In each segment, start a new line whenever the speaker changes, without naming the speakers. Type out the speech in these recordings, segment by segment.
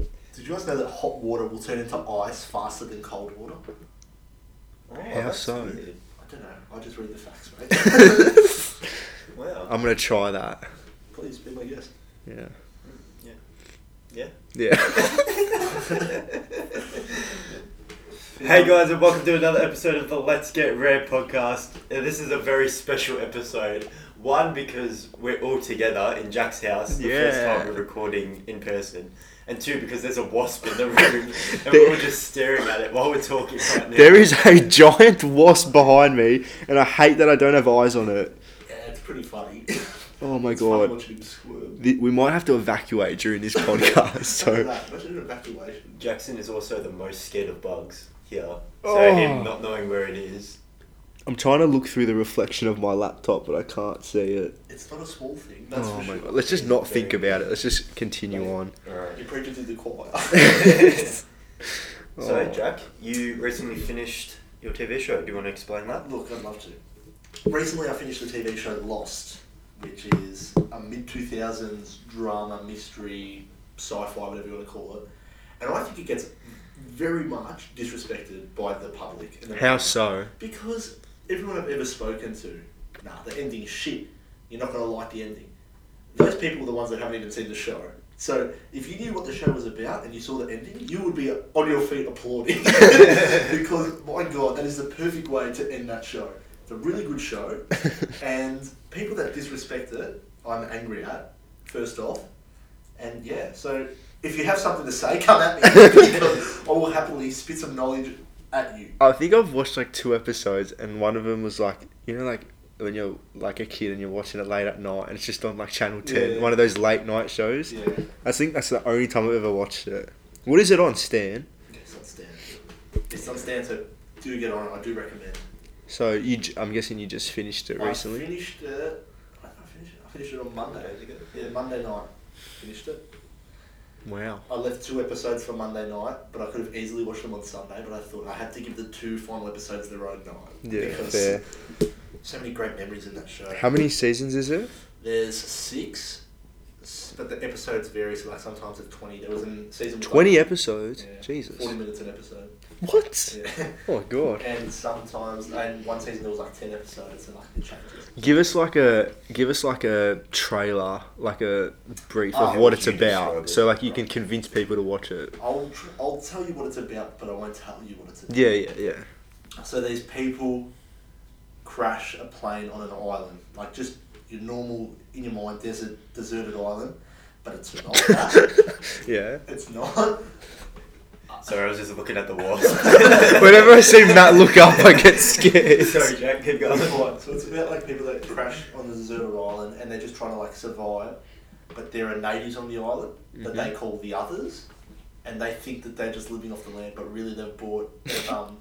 Did you guys know that hot water will turn into ice faster than cold water?
Oh,
How
that's
so?
weird.
I don't know. I just read the facts, mate.
Wow.
I'm gonna try that.
Please be my guest.
Yeah.
yeah. Yeah.
Yeah.
Hey guys, and welcome to another episode of the Let's Get Rare podcast. And this is a very special episode. One, because we're all together in Jack's house, the first
Yeah.
time we're recording in person. And two, because there's a wasp in the room, and we're all just staring at it while we're talking right now.
there is a giant wasp behind me, and I hate that I don't have eyes on it.
Yeah, it's pretty funny.
Oh my
It's funny
God.
watching him squirm.
Th- We might have to evacuate during this podcast.
Imagine
So
that. Imagine an evacuation.
Jackson is also the most scared of bugs here. So
Oh.
him not knowing where it is.
I'm trying to look through the reflection of my laptop, but I can't see it.
It's not a small thing. That's
Oh
for
my
sure.
God. Let's just not
Very-
think about it. Let's just continue on.
Alright.
You're preaching to the choir.
So,
Oh.
Jack, you recently finished your TV show. Do you want to explain that?
Look, I'd love to. Recently, I finished the TV show Lost, which is a mid 2000s drama, mystery, sci fi, whatever you want to call it. And I think it gets very much disrespected by the public. and the
How
media.
so?
Because everyone I've ever spoken to, nah, the ending's shit. You're not going to like the ending. Those people are the ones that haven't even seen the show. So if you knew what the show was about and you saw the ending, you would be on your feet applauding. because, my God, that is the perfect way to end that show. It's a really good show. and people that disrespect it, I'm angry at, first off. And yeah, so if you have something to say, come at me. because I will happily spit some knowledge at you.
I think I've watched like two episodes, and one of them was like, you know, like when you're like a kid and you're watching it late at night, and it's just on like Channel Ten,
Yeah.
one of those late night shows.
Yeah.
I think that's the only time I've ever watched it. What is it on, Stan?
It's not Stan. It's not Stan, so do get on it. I do recommend.
So you, j- I'm guessing you just finished it recently.
I finished it. I think I finished it. I finished it on Monday. I think it- Yeah, Monday night. Finished it.
wow.
I left two episodes for Monday night, but I could have easily watched them on Sunday. But I thought I had to give the two final episodes their own night.
Yeah,
because
fair.
So many great memories in that show.
How many seasons is it?
There's six, s- but the episodes vary. So like sometimes it's twenty. There was in season one-
Twenty episodes.
Yeah,
Jesus.
Forty minutes an episode.
What?
Yeah.
Oh my god.
And sometimes, and one season there was like ten episodes, and like it changes.
Give us like a give us like a trailer, like a brief
Ah,
of what
you
it's
can
about,
describe it.
so like you can convince people to watch it.
I'll tr- I'll tell you what it's about, but I won't tell you what it's about.
Yeah, yeah, yeah.
So these people crash a plane on an island, like just your normal in your mind desert deserted island, but it's not that.
yeah.
it's not.
Sorry, I was just looking at the wasp.
Whenever I see Matt look up, I get scared.
Sorry, Jack, keep going.
So it's about like people that crash on a deserted island and they're just trying to like survive, but there are natives on the island that
Mm-hmm.
they call the others, and they think that they're just living off the land, but really they've bought they've, um,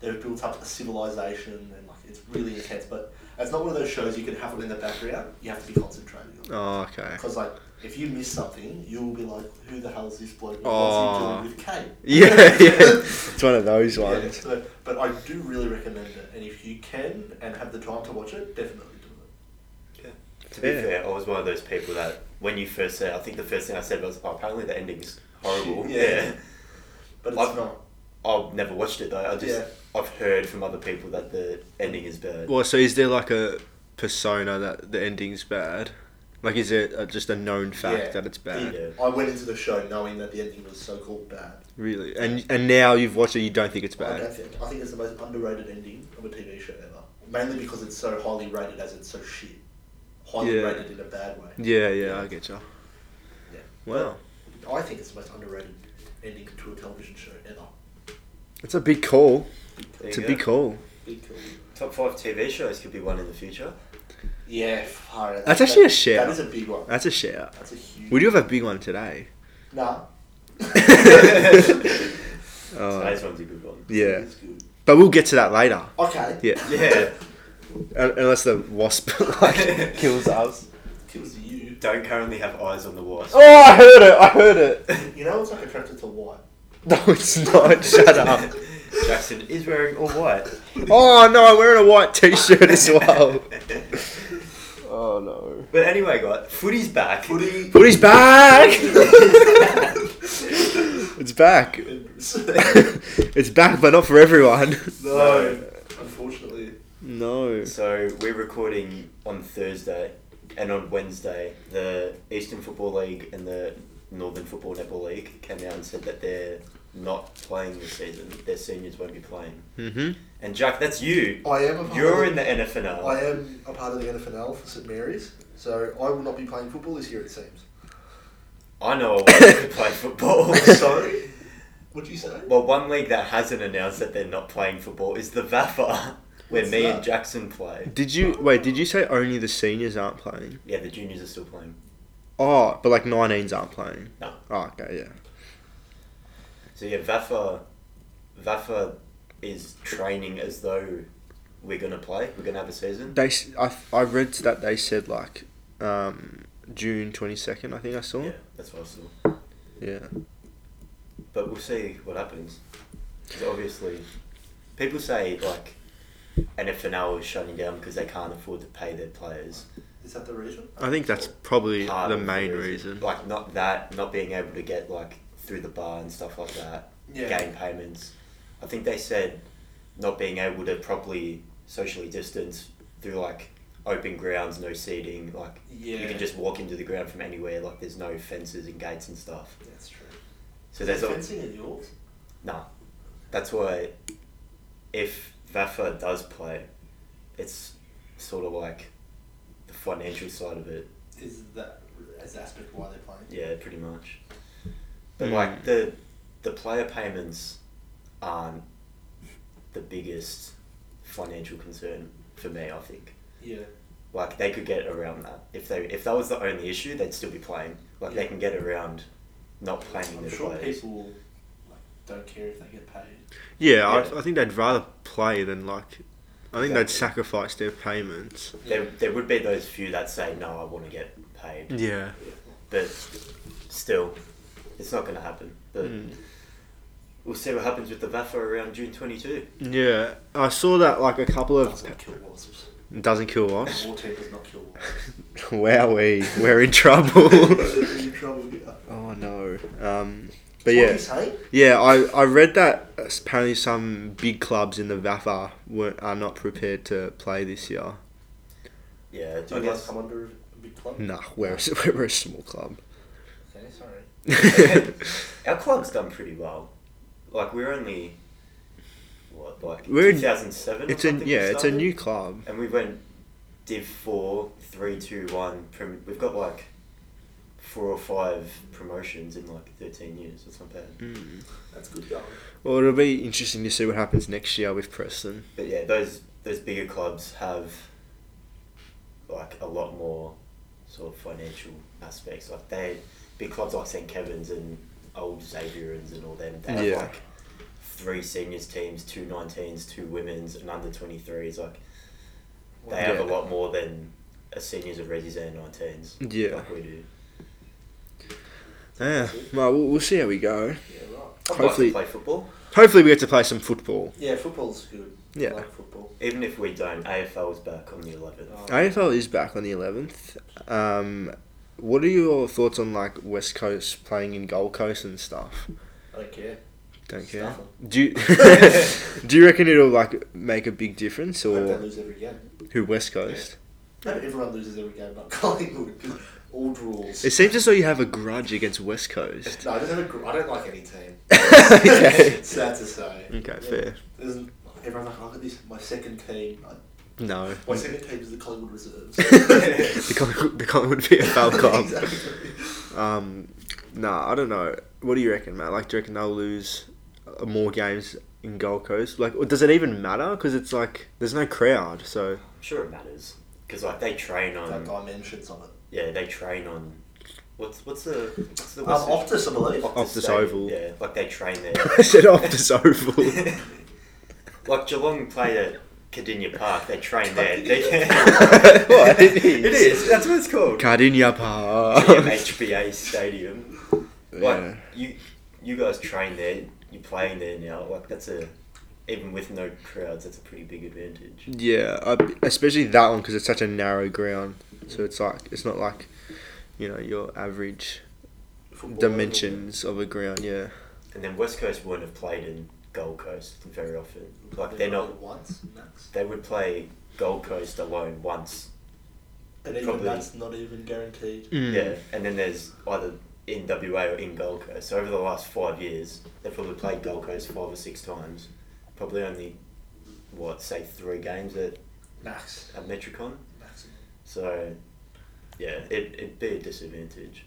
they've built up a civilization and like it's really intense. But it's not one of those shows you can have it in the background. You have to be concentrated on.
Oh, okay.
Because like if you miss something, you will be like, who the hell is this bloke? What's he
Aw.
doing with Kate?
Oh. Yeah, yeah. It's one of those
Yeah,
ones.
so, but I do really recommend it, and if you can and have the time to watch it, definitely do it.
To be fair, I was one of those people that when you first said, I think the first thing I said was, oh, apparently the ending's horrible.
Yeah. But it's
I've-
not.
I've never watched it though. I just
Yeah.
I've heard from other people that the ending is bad.
Well, so is there like a persona that the ending's bad? Like, is it uh, just a known fact
Yeah.
that it's bad?
Yeah. I went into the show knowing that the ending was so called bad.
Really? And and now you've watched it, you Oh, don't think it's
I, don't
bad?
think, I think it's the most underrated ending of a TV show ever. Mainly because it's so highly rated, as it's so shit. Highly
Yeah.
rated in a bad way.
Yeah, yeah, I get you.
Yeah.
Wow.
I think it's the most underrated ending to a television show ever.
It's a big call.
There
It's
you
a
go.
big call.
Big cool.
Top five TV shows could be one in the future.
Yeah, far out.
That's actually a shout.
That is a big one.
That's a shout.
That's a huge.
We do have a big one today.
Nah.
Today's one's a good one.
Uh, Yeah.
It's good.
But we'll get to that later.
Okay.
Yeah.
Yeah.
Un- Unless the wasp, like, kills us.
Kills you.
Don't currently have eyes on the wasp.
Oh, I heard it! I heard it!
You know it's like attracted to white.
No, it's not. Shut up.
Jackson is wearing all white.
Oh no, I'm wearing a white t-shirt as well. oh no.
But anyway, guys, footy's back.
Footy.
Footy's back. It's back. it's back, but not for everyone.
no, unfortunately.
No.
So we're recording on Thursday and on Wednesday the Eastern Football League and the Northern Football Netball League came out and said that they're not playing this season. Their seniors won't be playing.
Mm-hmm.
And Jack, that's you.
I am a part
You're
of
in the NFNL.
I am a part of the NFNL for St Mary's, so I will not be playing football this year. It seems.
I know I want to play football.
Sorry. What'd you say?
Well, one league that hasn't announced that they're not playing football is the VAFA, where
What's
me
that?
and Jackson play.
Did you wait? Did you say only the seniors aren't playing?
Yeah, the juniors are still playing.
Oh, but like 19s aren't playing.
No.
Oh, okay, yeah.
So yeah, Vafa, Vafa is training as though we're gonna play. We're gonna have a season.
They, s- I, I read that they said like, um, June 22nd. I think I saw.
Yeah, that's what I saw.
Yeah.
But we'll see what happens. 'Cause obviously, people say like NFNL is shutting down because they can't afford to pay their players.
Is that the reason?
I think that's probably
Part
the
of
main reason.
Like not that, not being able to get like through the bar and stuff like that.
Yeah.
Game payments. I think they said not being able to properly socially distance through like open grounds, no seating, like you
Yeah.
can just walk into the ground from anywhere, like there's no fences and gates and stuff.
That's true.
So there's all
fencing in yours.
nah. That's why if Vafa does play, it's sort of like the financial side of it.
Is that as aspect why they're playing?
Yeah, pretty much. But
Hmm.
like the the player payments aren't the biggest financial concern for me. I think
Yeah.
like they could get around that if they if that was the only issue, they'd still be playing. Like they
Yeah.
can get around not playing
I'm
their
sure
players.
people like, don't care if they get paid.
Yeah,
Yeah.
I, I think they'd rather play than like. I think they'd
Exactly.
sacrifice their payments.
There, there would be those few that say no, I want to get paid,
Yeah.
but still, it's not going to happen. But
Mm.
we'll see what happens with the VAFA around June twenty two.
Mm. Yeah, I saw that like a couple of
Doesn't kill wasps.
doesn't kill wasps.
War team does not kill wasps.
Wowee, we're in trouble.
You're in trouble. Yeah.
oh no. Um, but
What
yeah,
you say?
yeah. I, I read that apparently some big clubs in the VAFA weren't are not prepared to play this year.
Yeah,
Do
I
you guys
guess.
come under a big club?
Nah, we're a, s- we're a small club.
Okay, sorry.
Our club's done pretty well. Like we're only what like
We're in-
two thousand seven.
it's a yeah, it's a new club.
And we went Div four, three, two, one. Prim- we've got like four or five promotions in like thirteen years. That's not bad.
Mm.
That's good going.
Well, it'll be interesting to see what happens next year with Preston.
But yeah, those those bigger clubs have like a lot more sort of financial aspects. Like they big clubs like St Kevin's and old Xavierans and all them. They have
Yeah.
like three seniors teams, two 19s, two women's, and under twenty threes. Like they have a
Yeah. Mm,
lot more than a seniors of Resis and nineteens.
Yeah.
Like we do.
Yeah, well, we'll we'll see how we go.
Yeah, right.
I'd
Hopefully-
like to play football.
Hopefully, we get to play some football.
Yeah, football's good.
Yeah.
I like football.
Even if we don't, AFL's back on the eleventh.
Oh.
AFL is back on the eleventh. Um, what are your thoughts on like West Coast playing in Gold Coast and stuff?
I don't care.
Don't
Stuff
care.
'em.
Do you, do you reckon it'll like make a big difference
I hope they
or
lose every game.
who West Coast?
I hope everyone loses every game but Collingwood 'cause all draws.
It seems as though you have a grudge against West Coast.
no, I don't, have a gr- I don't like any team.
okay.
Sad to say.
Okay,
Yeah.
fair.
There's, everyone's like, look at this, my second team. I,
Uh-huh. No.
my second team is the Collingwood Reserves.
the Collingwood, the Collingwood VFL club.
Exactly.
Um, nah, I don't know. What do you reckon, Matt? Like, do you reckon they'll lose uh, more games in Gold Coast? Like, or does it even matter? Because it's like there's no crowd, so
I'm sure it matters because like they train on.
That guy mentions on it.
Yeah, they train on. What's what's the what's the
Um,
what's the-
Optus, I believe.
Optus
Optus
Stadium,
Oval.
Yeah, like they train
I
there.
said off this oval.
like Geelong play at Cadinia Park. They train there. They
What? It is.
It is. That's what it's called.
Cardinia Park.
HBA Stadium. Like
Yeah.
you, you guys train there. You're playing there now. Like that's a even with no crowds, that's a pretty big advantage.
Yeah, I, especially that one because it's such a narrow ground, so it's like it's not like, you know, your average
Football.
dimensions of a ground. Yeah.
and then West Coast wouldn't have played in Gold Coast very often. Like they're not.
once max,
They would play Gold Coast alone once.
and even
probably-
that's not even guaranteed.
Mm.
Yeah, and then there's either in WA or in Gold Coast. So over the last five years, they've probably played Gold Coast five or six times. Probably only, what, say three games at,
Max,
at Metricon.
max.
So, yeah, it, it'd be a disadvantage.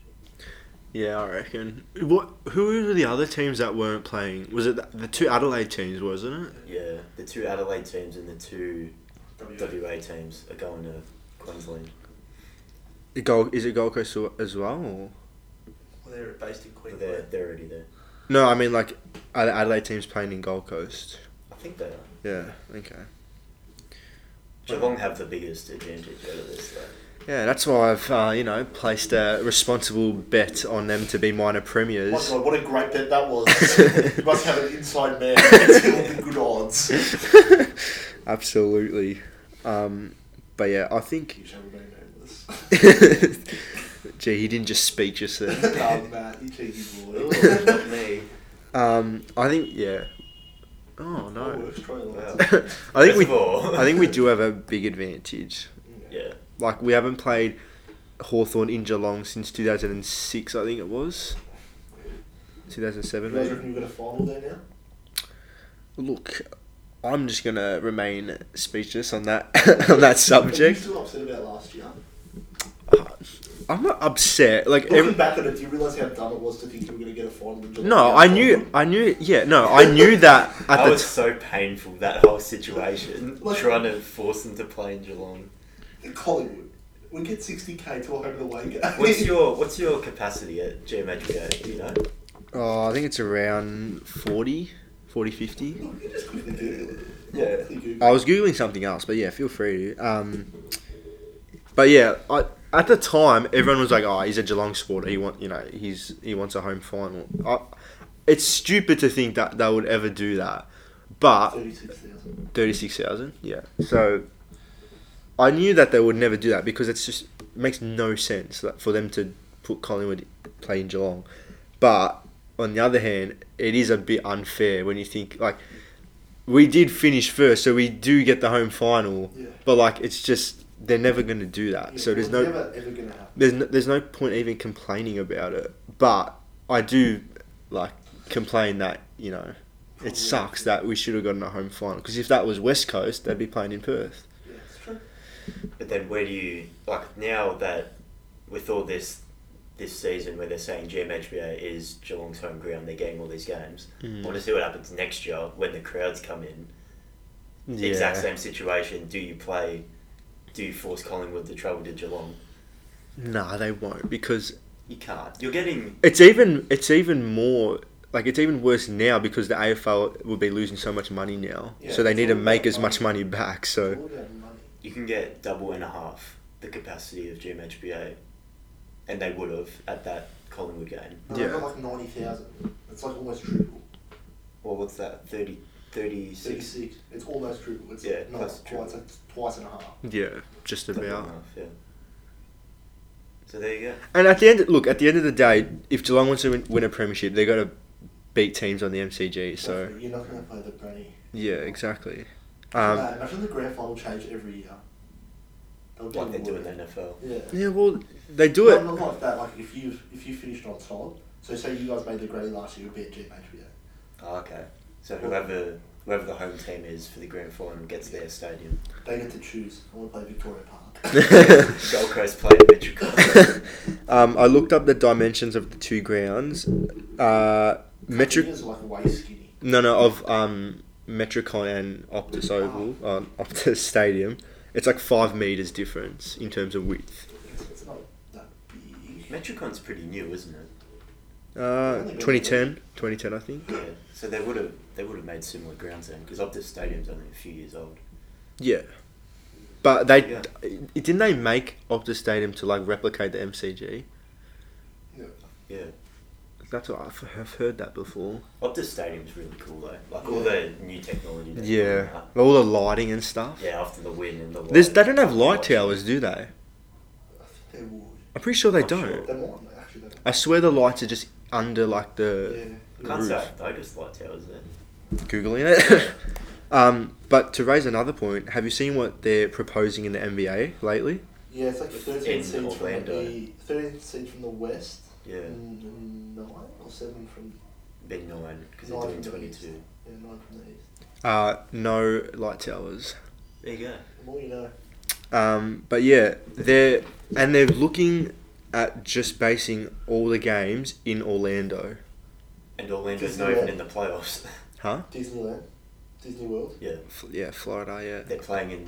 Yeah, I reckon. What? Who were the other teams that weren't playing? Was it the, the two Adelaide teams? Wasn't it?
Yeah, the two Adelaide teams and the two
W.
WA teams are going to Queensland.
The Gold, is it Gold Coast al- as well? Or?
Well, they're based in
They're,
Queensland.
they're already there.
No, I mean like are the Adelaide teams playing in Gold Coast.
I think they are.
Yeah. Okay.
Geelong have the biggest advantage out of this, though.
Yeah, that's why I've uh, you know placed a responsible bet on them to be minor
Oh my
premiers.
god, what a great bet that was! you must have an inside man. It's all good odds.
Absolutely. Um, but yeah, I think.
You should have been nameless. Um,
Gee, he didn't just speak just then.
oh, Matt, you cheeky boy.
Ooh, not me.
Um, I think yeah. Oh
Oh,
no.
works, try it
Wow.
once.
I think
Best
we.
of all.
I think we do have a big advantage.
Yeah.
Like we haven't played Hawthorn in Geelong since 2006, I think it was. 2007
You guys
maybe.
reckon you're going to final there now?
Look, I'm just gonna remain speechless on that on that
Are you
subject.
still upset about last year?
I'm not upset. Like
Looking
every,
back on it, do you realise how dumb it was to think you were going to get a final in July?
no, I knew, I knew. Yeah, no, I knew that at
That
the
was
t- Mm,
so painful, that whole situation.
Like-
trying to force them to play in Geelong.
Collingwood. We get 60k to a home and away game.
What's your what's your capacity at Geometrico, do you know?
oh, I think it's around 40, 40, 50.
You just quickly Google it.
Yeah.
Quickly Google it.
I was googling something else, but yeah, feel free. To, um, but yeah, I, at the time everyone was like, "Oh, he's a Geelong supporter. He want, you know, he's he wants a home final." I, it's stupid to think that they would ever do that, but
36,000.
Thirty-six thousand. Yeah. So I knew that they would never do that because it's just it makes no sense that for them to put Collingwood play in Geelong. But on the other hand, it is a bit unfair when you think like we did finish first, so we do get the home final.
Yeah.
But like it's just they're never going to do that.
Yeah,
so there's
it's
no
Never ever going to happen.
there's no, there's no point even complaining about it. But I do like complain that you know it sucks that we should have gotten a home final because if that was West Coast, they'd be playing in Perth.
Yeah, it's true.
But then where do you like now that with all this this season where they're saying GMHBA is Geelong's home ground, they're getting all these games. I want to see what happens next year when the crowds come in. The exact same situation. Do you play? Do you force Collingwood to travel to Geelong?
Nah, they won't because
You can't. You're getting
it's even it's even more like it's even worse now because the AFL will be losing so much money now,
Yeah,
so they
it's
need to
all about
make as
money.
much money back.
It's
So
all about money.
you can get double and a half the capacity of GMHBA, and they would have at that Collingwood game.
No, they've
Yeah.
got like 90,000. It's like almost triple.
Well, what's that? 30, 36?
36. It's almost triple. It's
Yeah,
not
close to
quite. It's like twice and a half.
yeah, just
Double and a
about.
half, yeah. So there you go.
And at the end, look at the end of the day, if Geelong wants to win, win a premiership, they got to beat teams on the MCG. So.
Definitely, you're not going to play the granny.
Yeah, exactly.
Uh,
Um,
imagine the grand final change every year. They'll do
Like they
it
do
all.
in the NFL.
Yeah.
yeah, well, they do it.
No, not like that. Like if you if you finished on top, so say you guys made the grade last year, you beat GMHBA.
Oh, okay. So whoever whoever the home team is for the grand final gets their stadium.
They get to choose. I want to play Victoria Park.
Gold Coast play at Metricon.
um, I looked up the dimensions of the two grounds. Uh, metric,
Is like way skinny.
no, no, of um, Metricon and Optus Oval, uh, Optus Stadium. It's like five meters difference in terms of width.
It's, it's not that big.
Metricon's pretty new, isn't it?
Uh, 2010, 2010, I think.
Yeah. So they would have they would have made similar grounds then, because Optus Stadium's only a few years old.
Yeah, but they
Yeah.
didn't they make Optus Stadium to like replicate the MCG.
Yeah.
Yeah.
That's what I've, I've heard that before.
Optus Stadium's really cool though. Like all the new technology. that's
Yeah,
coming out.
all the lighting and stuff.
Yeah, after the win and the.
There's,
light-
they don't have light
Yeah.
towers, do they?
I think they would.
I'm pretty sure they
I'm
don't.
sure.
They might actually. They might.
I swear the lights are just under like the
Yeah.
Can't
roof.
say I just liked how it was there.
googling it. um, but to raise another point, have you seen what they're proposing in the NBA lately?
Yeah, it's like 13
In
seeds from
Orlando.
the 13 seeds from the west.
Yeah,
and nine or seven from
been nine because they're
nine
doing
from the
twenty
east.
two.
yeah, nine from the east.
Uh, no light towers.
There you go.
The more you know.
Um, but yeah, they're and they're looking at just basing all the games in Orlando,
And Orlando's
Just
not even
the-
in the playoffs.
huh?
Disneyland, Disney World.
yeah,
F- yeah, Florida. Yeah,
they're playing in.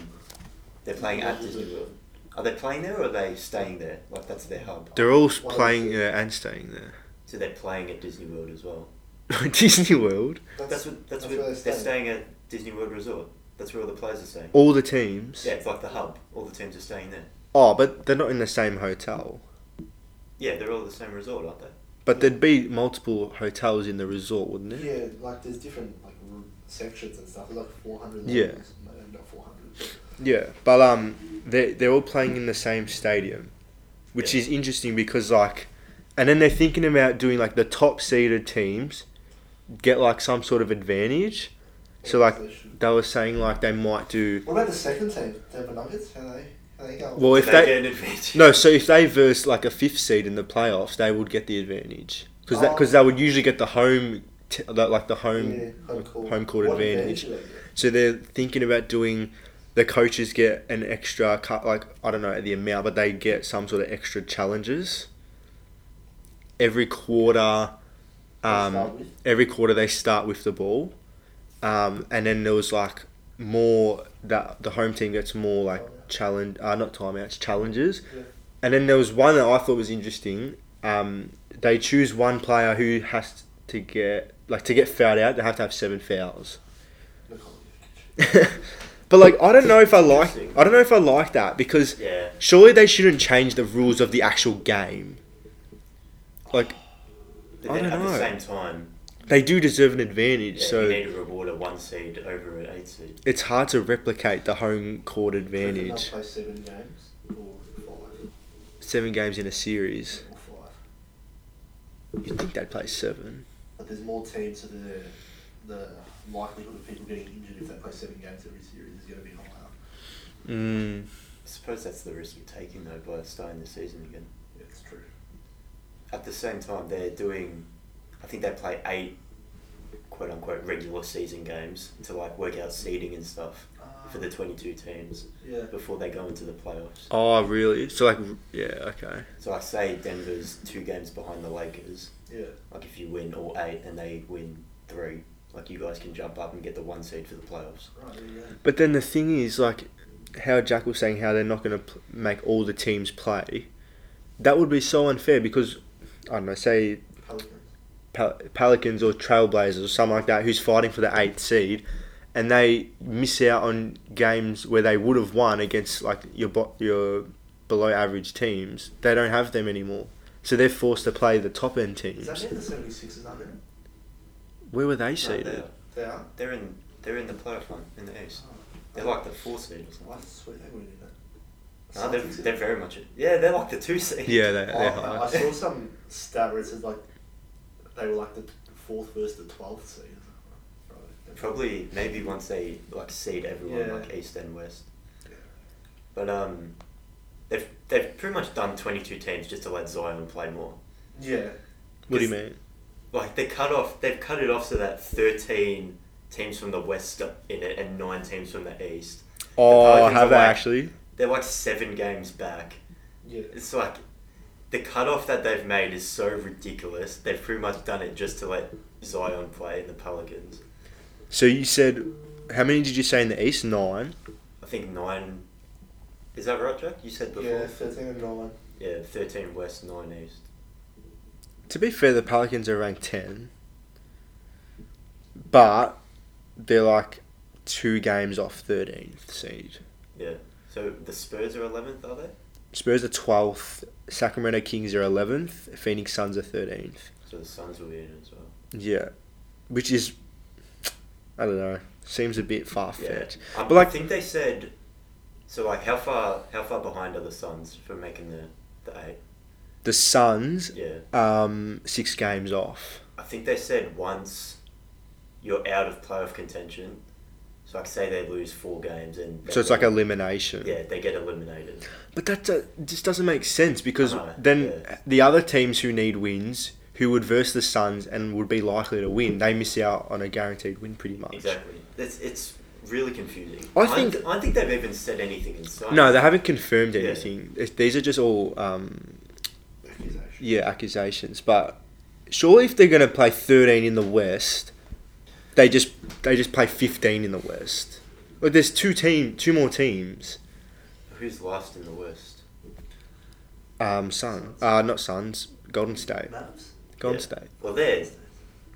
They're playing at Disney World. Are they playing there or are they staying there? Like that's their hub.
they're all s- playing there and staying there.
So they're playing at Disney World as well.
Disney World.
That's what. That's,
where
what
they
they're,
stay.
staying at Disney World Resort. That's where all the players are staying.
All the teams.
Yeah, it's like the hub. All the teams are staying there.
Oh, but they're not in the same hotel.
Yeah, they're all the same resort, aren't they?
But there'd be multiple hotels in the resort, wouldn't it?
Yeah, like there's different like r- sections and stuff. There's like 400.
Yeah.
levels. No, not 400. but-
Yeah, but um, they they're all playing in the same stadium, which
Yeah.
is interesting because like, and then they're thinking about doing like the top seeded teams get like some sort of advantage. So
Yeah,
like
they should-
they were saying like they might do
What about the second team, Denver Nuggets? How they how they go?
well if
Do
they
get an advantage.
no so if they verse like a fifth seed in the playoffs they would get the advantage because
Oh.
because they would usually get the home t- the- like the home
Yeah, home court,
home court
What
advantage.
do they get?
So they're thinking about doing the coaches get an extra cut, like I don't know the amount, but they get some sort of extra challenges. Every quarter,
They start
um,
with?
every quarter they start with the ball, um, and then there was like more that the home team gets more like challenge, uh, not timeouts, challenges,
Yeah.
and then there was one that I thought was interesting. Um, they choose one player who has to get like to get fouled out. They have to have seven fouls.
Nikola Jokic.
but like, I don't know if I like.
Interesting.
I don't know if I like that because
Yeah.
surely they shouldn't change the rules of the actual game. Like
But
I
then
don't
at
know.
the same time,
they do deserve an advantage,
yeah, you
so
need to reward a one seed over an eight seed.
it's hard to replicate the home court
So if
advantage.
they play seven games or five
Seven games in a series,
or five.
you'd think they'd play seven.
But there's more teams, so the the likelihood of people getting injured if they play seven games every series is going to be higher.
Mm.
I suppose that's the risk you're taking though by starting the season again.
Yeah, it's true.
At the same time, they're doing. I think they play eight, quote unquote, regular season games to like work out seeding and stuff for the twenty-two teams
yeah.
before they go into the playoffs.
Oh, really? So like, yeah, okay.
So I say Denver's two games behind the Lakers.
Yeah.
Like if you win all eight and they win three, like you guys can jump up and get the one seed for the playoffs.
Right. There you go.
But then the thing is, like, how Jack was saying, how they're not going to pl- make all the teams play. That would be so unfair because, I don't know, say
Pelicans.
Pel- Pelicans or Trailblazers or something like that, who's fighting for the eighth seed, and they miss out on games where they would have won against like your bo- your below average teams. They don't have them anymore, so they're forced to play the top end
Is
teams.
that near the 76ers, aren't it?
Where were they
No,
seeded?
they're,
They are.
they're in. They're in the playoff one in the East.
Oh.
They're like the four seed or something.
I swear they wouldn't do that.
No, they're,
Celtics-
they're very much. Yeah, they're like the two seed.
Yeah, they're, they're
Oh,
high.
I saw some stat where it says like they were like the fourth versus the twelfth seed. Right.
Probably maybe once they like seed everyone
Yeah.
like East and West,
Yeah.
but um, they've they've pretty much done twenty two teams just to let Zion play more.
Yeah.
What do you mean?
Like they cut off, they've cut it off so that thirteen teams from the West are in it and nine teams from the East.
Oh,
Pelicans
have
are
they
like-
actually?
They're like seven games back.
Yeah.
It's like the cutoff that they've made is so ridiculous. They've pretty much done it just to let Zion play in the Pelicans.
So you said, how many did you say in the East? Nine.
I think nine. Is that right, Jack? You said before.
Yeah, thirteen and nine.
Yeah, thirteen west, nine east.
To be fair, the Pelicans are ranked ten, but they're like two games off thirteenth seed.
Yeah. So the Spurs are eleventh, are they?
Spurs are twelfth. Sacramento Kings are eleventh. Phoenix Suns are thirteenth.
So the Suns will be in as well.
Yeah, which is, I don't know, seems a bit far fetched.
Um,
But like-
I think they said. So like, how far how far behind are the Suns for making the the eight?
The Suns,
Yeah.
um, six games off.
I I think they said once you're out of playoff contention, so like say they lose four games and
So it's like elimination.
yeah they get eliminated.
But that uh, just doesn't make sense because
No,
then
Uh-huh. yeah.
the other teams who need wins, who would verse the Suns and would be likely to win, they miss out on a guaranteed win pretty much.
Exactly. It's it's really confusing.
I
don't-
think-
I don't think they've even said anything in sight.
No, they haven't confirmed
Yeah.
anything. It's- These are just all, um,
Accusation.
yeah, accusations. But surely if they're going to play 13 in the West, they just they just play 15 in the West. Like there's two team, two more teams.
Who's last in the West?
Um, Sun, uh, not Suns, Golden State,
Mavs?
Golden
Yeah.
State.
Well, they're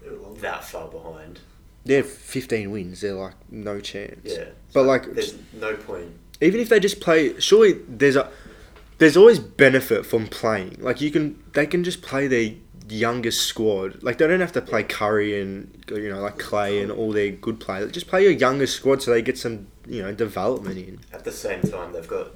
They were long.
that far behind.
They're 15 wins. They're like no chance.
Yeah.
But like,
There's no point.
even if they just play, surely there's a there's always benefit from playing. Like you can, they can just play their youngest squad. Like they don't have to play Curry and you know like Clay and all their good players. Just play your youngest squad so they get some you know development in.
At the same time, they've got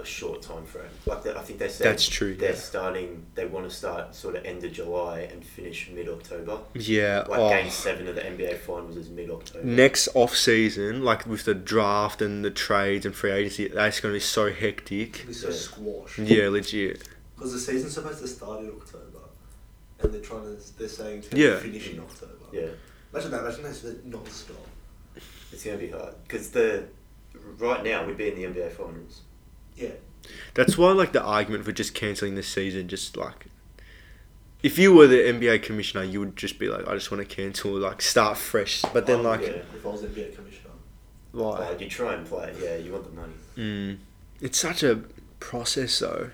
a short time frame. Like they, I think they said
That's true,
They're
yeah.
starting. They want to start sort of end of July and finish mid October.
Yeah.
Like
oh.
Game Seven of the NBA Finals is mid October.
Next off season, like with the draft and the trades and free agency, that's gonna be so hectic.
It's so squash.
Yeah, legit.
Because the season's supposed to start in October, and they're trying to they're saying to
Yeah.
finish in October.
Yeah,
Imagine that. Imagine that's the non-stop.
it's gonna be hard because the right now we'd be in the NBA Finals.
Yeah.
That's why, like, the argument for just cancelling this season, just like, if you were the NBA commissioner, you would just be like, I just want to cancel, like, start fresh. But then,
Oh,
like,
yeah, if I was NBA commissioner,
why?
Like, you try and play. Yeah, you want the money.
Mm. It's such a process, though.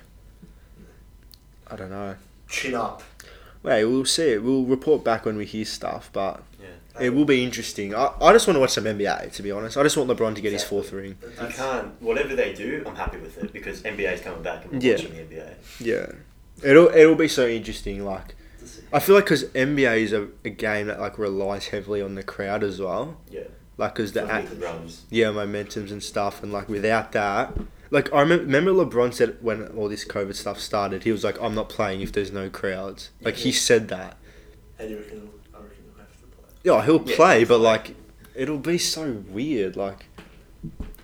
I don't know.
chin up.
Wait, we'll see. it. We'll report back when we hear stuff, but
Yeah.
it will be interesting. I, I just want to watch some NBA, to be honest. I just want LeBron to get his fourth ring.
You
That's-
can't. Whatever they do, I'm happy with it because NBA's coming back and we're
Yeah.
watching the NBA.
Yeah. It'll, it'll be so interesting, like,
that's it.
I feel like because NBA is a, a game that like relies heavily on the crowd as well.
Yeah.
Like, cause the
Like
at,
with the drums.
yeah momentums and stuff, and like without that, like I remember, remember LeBron said when all this COVID stuff started, he was like, "I'm not playing if there's no crowds." Like he
Yeah.
said that.
How do you reckon? I reckon you'll have to play.
Yeah, he'll
Yeah,
play,
he'll
but
play.
like it'll be so weird. Like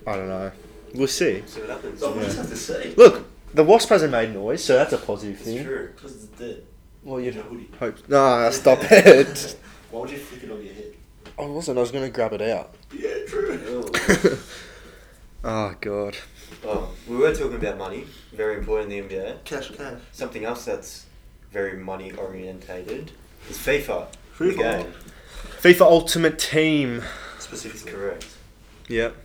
I don't know. We'll see.
See what happens.
So we just
Yeah.
have to see.
Look, the wasp hasn't made noise, so that's a positive
It's
thing.
true.
Because it's dead.
Well, you'd
No hoodie.
hope. Nah, stop it.
Why would you flick it on your head?
I wasn't. I was gonna grab it out.
Yeah, true.
oh god.
Oh, we were talking about money. Very important in the NBA.
Cash, cash.
Something else that's very money orientated is FIFA.
FIFA.
The game.
FIFA Ultimate Team.
It's
Specifically.
correct.
Yep.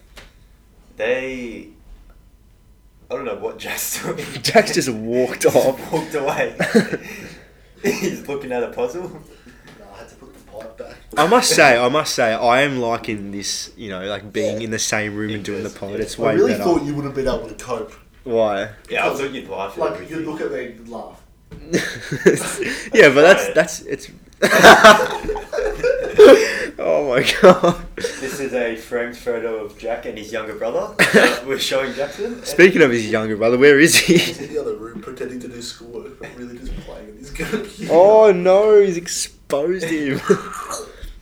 They. I don't know what Jack's doing.
Jack's just walked
Just
off.
Walked away. He's looking at a puzzle.
No, I had to put the pipe back.
I must say, I must say, I am liking this. You know, like being
Yeah.
in the same room
It
and doing
does,
the pod.
yeah.
It's
I
way
really
better.
thought you would have been able to cope.
Why?
Yeah, I thought you'd laugh at
Like,
everything.
you'd look at me and laugh.
yeah, but that's
Right.
that's it's. oh my god.
This is a framed photo of Jack and his younger brother. that we're showing Jackson.
Speaking of his younger brother, where is
He's
he?
in the other room pretending to do schoolwork, but really just playing at his computer.
Oh no, he's exposed him.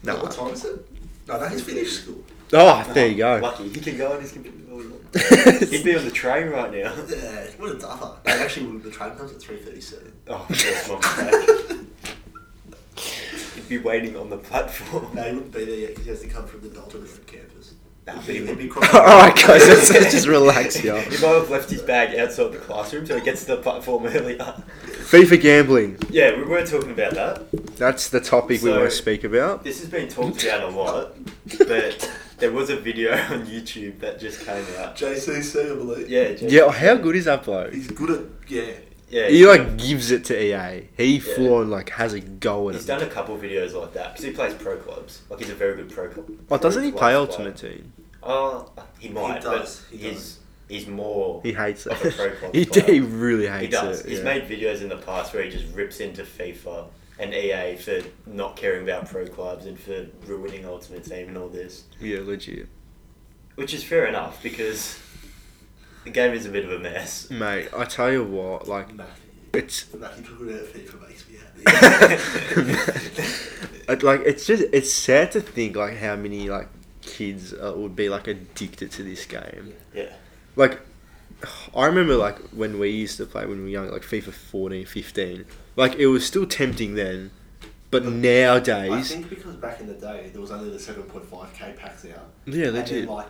no. What
nah.
time is it? No, no, he's finished school.
Oh, there you go.
Lucky he can go on his computer. all he wants. He'd be on the train right now.
Yeah, what a duffer. No, actually, when the train comes at 3.37.
Oh, that's my mistake. He'd be waiting on the platform.
No, he wouldn't be there yet because he has to come from the Delta River campus.
Nah, but he
He'd
would-
be
All right, guys, let's, let's just relax
he
here.
might have left his bag outside the classroom, so he gets to the platform earlier.
FIFA gambling.
yeah, we were talking about that.
That's the topic we
So-
want to speak about.
This has been talked about a lot, but there was a video on YouTube that just came out.
JCC, I believe.
Yeah, Jack-
Yeah, how good is that bloke?
He's good at, yeah.
Yeah,
He like gives it to EA. He
Yeah.
full on like has a go at
He's
it.
done a couple videos like that because he plays pro clubs. Like he's a very good pro club.
Oh, doesn't he play Ultimate
ultimately?
Team?
Oh, he might.
does,
But
he
he's
does.
he's more.
He hates it.
Like a pro club
he,
player.
he really hates
he does.
it.
he's
yeah.
made videos in the past where he just rips into FIFA and EA for not caring about pro clubs and for ruining Ultimate Team and all this,
yeah, legit,
which is fair enough because the game is a bit of a mess.
mate. I tell you what, like
Nothing.
it's
Nothing to do with FIFA makes me happy.
It, like it's just it's sad to think like how many like kids uh, would be like addicted to this game.
Yeah.
Like I remember like when we used to play when we were young like FIFA 14, 15. Like it was still tempting then, but
I
nowadays
think because back in the day there was only the seven point five k packs out.
yeah,
and
legit.
then, like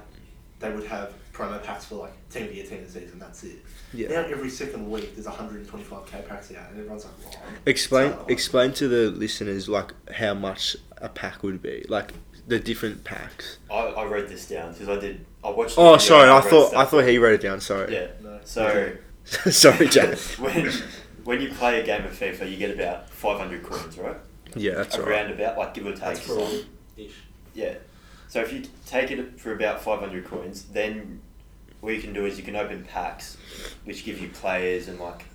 they would have promo packs for like team of the year tendencies and that's it.
Yeah.
Now every second week there's 125k packs out and everyone's like, wow.
Explain
So,
explain to the listeners like how much a pack would be. Like the different packs.
I, I wrote this down because I did. I watched. the
Oh,
video
sorry.
and
I
wrote
thought I
stuff.
thought he wrote it down. Sorry.
Yeah.
No.
So
sorry, Jack.
when when you play a game of FIFA, you get about 500 coins, right?
yeah, that's all right.
Around about like give or take.
That's for all ish.
Yeah. So if you take it for about 500 coins, then what you can do is you can open packs, which give you players and like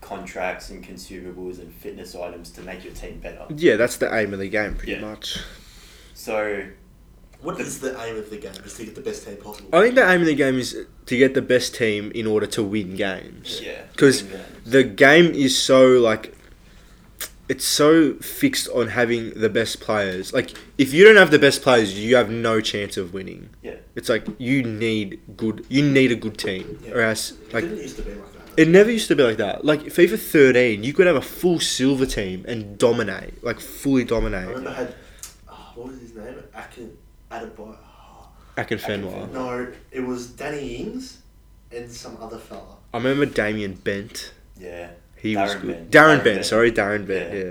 contracts and consumables and fitness items to make your team better.
Yeah, that's the aim of the game, pretty
Yeah.
much.
So
What is the aim of the game? Just to get the best team possible.
I think the aim of the game is to get the best team in order to win games.
yeah.
'Cause
in the-
The game is so like it's so fixed on having the best players. Like if you don't have the best players, you have no chance of winning.
Yeah.
It's like you need good you need a good team
Yeah.
or else like
it didn't used to be like that.
it never used to be like that. Like FIFA 13, you could have a full silver team and dominate, like fully
I
dominate.
remember I had oh, what was his name? Akin Adebayo. Oh,
Akin Fenwa.
no, it was Danny Ings and some other fella.
I remember Damien Bent.
yeah.
He was
Darren
good.
Bent.
Darren,
Darren
Bent,
Bent.
sorry, Darren Bent.
Yeah.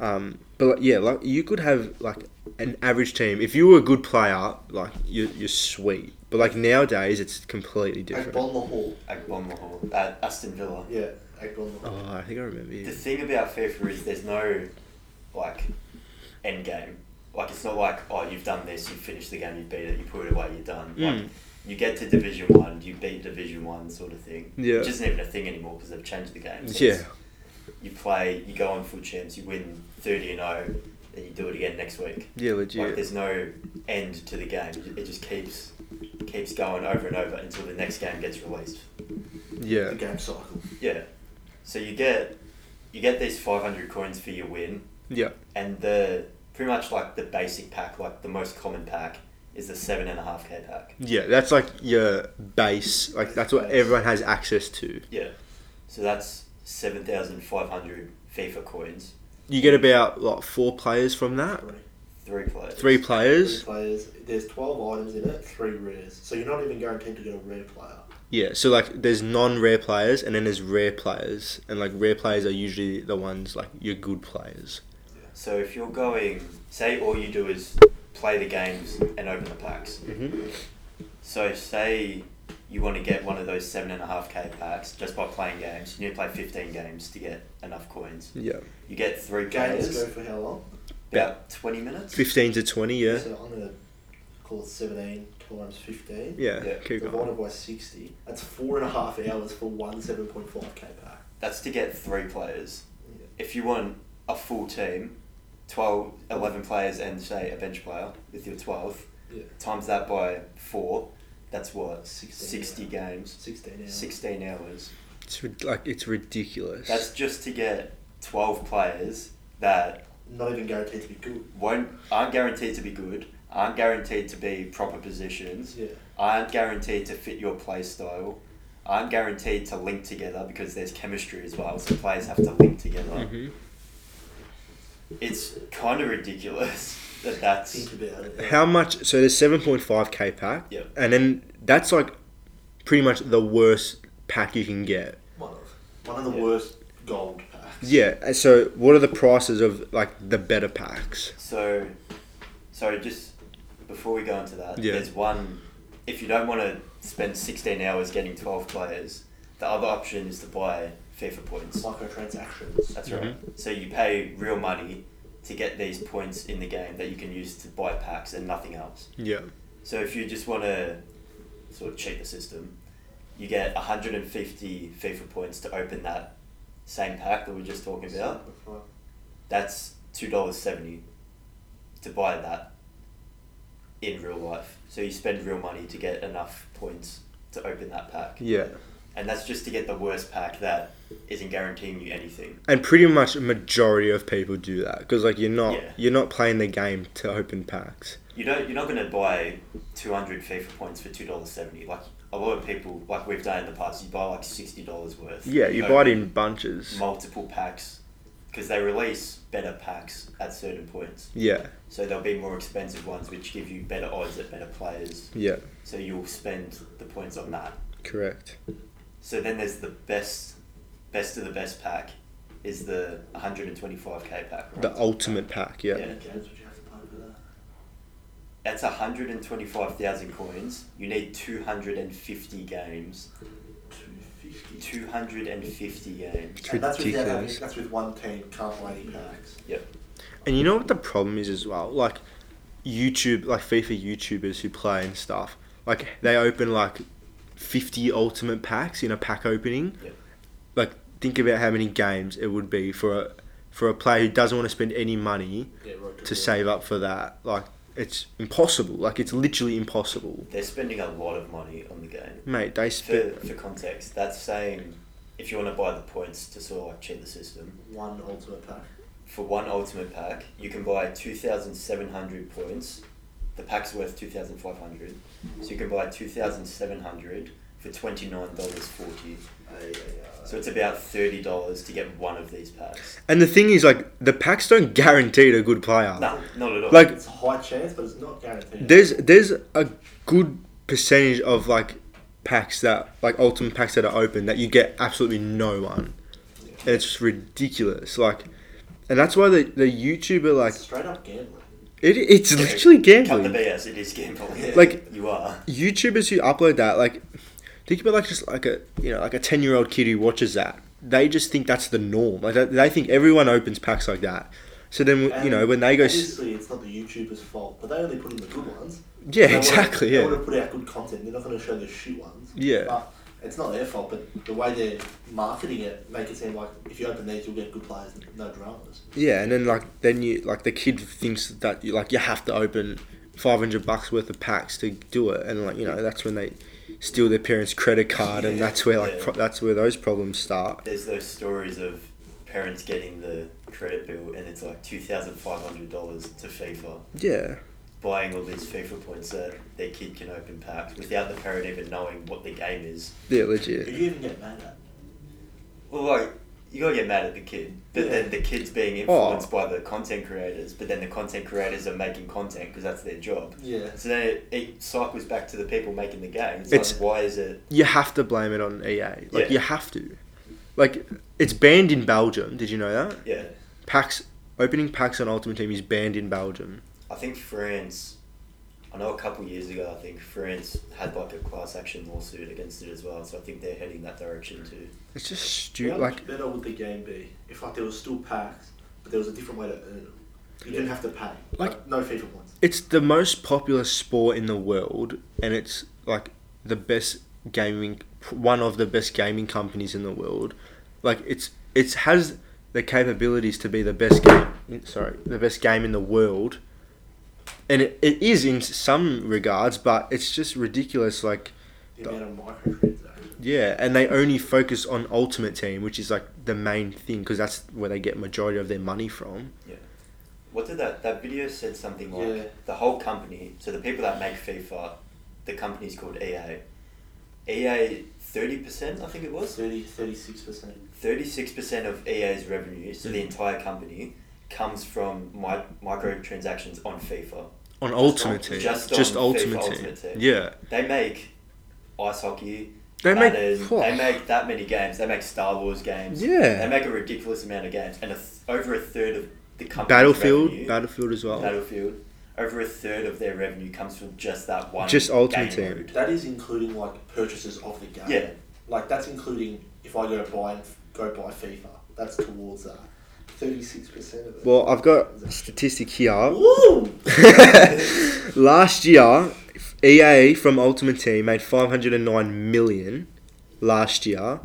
Yeah. Um, but like, yeah, like you could have like an average team. If you were a good player, like you you're sweet. But like nowadays, it's completely different.
Agbon Lahore.
Agbon Lahore at Uh, Aston Villa.
Yeah, Agbon Lahore.
Oh, I think I remember
The
you.
thing about FIFA is there's no like end game. Like it's not like oh you've done this, you finish the game, you beat it, you put it away, you're done. Like
Mm.
you get to Division One, you beat Division One, sort of thing.
Yeah.
which isn't even a thing anymore because they've changed the game. So
Yeah,
it's- you play, you go on full champs, you win thirty and zero, then you do it again next week.
yeah,
Like
legit.
there's no end to the game. It ju- It just keeps keeps going over and over until the next game gets released.
Yeah,
The game cycle.
Yeah. So you get you get these five hundred coins for your win.
yeah,
and the pretty much like the basic pack, like the most common pack, is the seven and a half k pack.
yeah. That's like your base. Like that's what everyone has access to.
Yeah. So that's seven thousand five hundred FIFA coins,
You get about like four players from that.
Three.
three players.
Three
Three
players.
players. There's 12 items in it, three rares. So you're not even guaranteed to get a rare player.
Yeah. So like, there's non-rare players, and then there's rare players, and like rare players are usually the ones like your good players.
So if you're going, say all you do is play the games and open the packs.
Mm-hmm.
So say you want to get one of those seven and a half k packs just by playing games. You need to play fifteen games to get enough coins.
Yeah.
You get three
Games go
players,
for how long?
about twenty minutes.
15 to 20, yeah.
So I'm going to call it 17 times 15.
Yeah,
Yeah.
keep going.
Divided by 60. That's four and a half hours for one 7.5k pack.
That's to get three players.
Yeah.
if you want a full team, 12, 11 players and say a bench player with your 12,
Yeah.
times that by 4, that's what?
16
60
hours.
games,
16 hours.
16 hours.
It's rid- like it's ridiculous.
That's just to get 12 players that
Not even guaranteed to be good.
won't, aren't guaranteed to be good, aren't guaranteed to be proper positions,
Yeah.
aren't guaranteed to fit your play style, aren't guaranteed to link together because there's chemistry as well, so players have to link together.
Mhm.
It's kind of ridiculous that that's.
Think about it.
How much? So there's 7.5k pack,
Yeah.
and then that's like pretty much the worst pack you can get.
One of one of the
Yeah.
worst gold packs.
Yeah. and So what are the prices of like the better packs?
So, so just before we go into that,
Yeah.
there's one. If you don't want to spend 16 hours getting 12 players, the other option is to buy FIFA points.
Microtransactions.
That's right. So you pay real money to get these points in the game that you can use to buy packs and nothing else.
Yeah.
So if you just want to sort of cheat the system, you get 150 FIFA points to open that same pack that we are just talking about. that's two dollars seventy to buy that in real life. So you spend real money to get enough points to open that pack,
Yeah.
and that's just to get the worst pack that isn't guaranteeing you anything.
And pretty much a majority of people do that because like you're not
Yeah.
you're not playing the game to open packs.
You don't. You're not going to buy two hundred FIFA points for two dollars seventy. Like a lot of people, like we've done in the past, you buy like sixty dollars worth.
Yeah, you
Open
buy it in bunches.
multiple packs because they release better packs at certain points.
Yeah,
So there'll be more expensive ones which give you better odds at better players.
yeah,
So you'll spend the points on that.
correct.
So then there's the best, best of the best pack, is the 125k pack. Right?
The ultimate pack. Yeah.
Yeah.
yeah.
games would you have to play for that?
That's 125,000 coins. You need 250 games.
250.
250 games.
It's
And that's without having,
ridiculous.
that's with one team, can't play any packs.
Yep.
And you know what the problem is as well? Like YouTube, like FIFA YouTubers who play and stuff, like they open like 50 ultimate packs in a pack opening.
Yeah.
Like think about how many games it would be for a for a player who doesn't want to spend any money
Yeah, right.
to save up for that. Like it's impossible. Like it's literally impossible.
They're spending a lot of money on the game.
Mate, they
For,
spent
for context, that's saying if you want to buy the points to sort of like cheat the system,
One ultimate pack.
for one ultimate pack, you can buy 2,700 points. The pack's worth 2,500. So you can buy 2,700 for $29.40. So it's about $30 to get one of these packs.
And the thing is like the packs don't guarantee a good player.
No, not at all.
Like
It's a high chance, but it's not guaranteed.
There's there's a good percentage of like packs that like ultimate packs that are open that you get absolutely no one. And it's ridiculous. Like and that's why the, the YouTuber like
Straight up gambling.
it, it's literally
Cut the
gambling.
BS, it is gambling.
Like-
you are.
YouTubers who upload that like think about like just like a you know like a ten year old kid who watches that. They just think that's the norm. Like they- they think everyone opens packs like that. So then you know when they go s-
Obviously, it's not the YouTubers' fault, but they only put in the good ones. They
yeah
wanna-
exactly
They
yeah
want to put out good content. They're not going to show the shit ones.
Yeah.
But it's not their fault. But the way they're marketing it make it seem like if you open these, you'll get good players, and no dramas.
Yeah, and then like then you like the kid thinks that you like you have to open five hundred bucks worth of packs to do it, and like you know that's when they steal their parents' credit card, and
Yeah,
that's where like
yeah.
pro- that's where those problems start.
There's those stories of parents getting the credit bill and it's like $2,500 to FIFA.
Yeah,
Buying all these FIFA points that their kid can open packs without the parent even knowing what the game is.
yeah,
Who
legit.
you even get mad at?
Well, like, you gotta get mad at the kid, but
Yeah.
then the kid's being influenced by the content creators, but then the content creators are making content because that's their job.
Yeah.
So then it, it cycles back to the people making the game. It's,
It's-
like, why is it?
You have to blame it on EA. Like
Yeah.
you have to. Like it's banned in Belgium. Did you know that
Yeah,
packs opening packs on Ultimate Team is banned in Belgium?
I think France. I know a couple years ago, I think France had like a class action lawsuit against it as well. So I think they're heading that direction too.
It's just stupid.
How
Like
much better would the game be if like there was still packs, but there was a different way to earn them? You didn't have to pay.
Like-
no FIFA points.
it's the most popular sport in the world and it's like the best gaming one of the best gaming companies in the world like it's it's has the capabilities to be the best game sorry the best game in the world and it, it is in some regards but it's just ridiculous like
The amount of microtransactions.
yeah and they only focus on ultimate team which is like the main thing because that's where they get majority of their money from
What did that that video said something like
Yeah.
the whole company? So the people that make FIFA, the company's called E EA. EA thirty percent, I think it was
30, 36%.
thirty six percent of EA's revenue. So the entire company comes from mi- microtransactions on FIFA.
on ultimate
on-
team
just
just,
on FIFA
ultimate, team.
Ultimate Team.
yeah
They make ice hockey.
They make-
Madden,
Whoa.
they make that many games. They make Star Wars games.
Yeah.
They make a ridiculous amount of games, and a th- over a third of the company's
battlefield
revenue-
battlefield as well
Battlefield. Over a third of their revenue comes from just that one.
Just Ultimate
game
Team.
mode.
That is including like purchases of the game.
Yeah.
Like that's including if I go buy and go buy FIFA. That's towards that. Thirty six percent of it.
Well, I've got a statistic here.
Woo!
last year, EA from Ultimate Team made 509 million last year.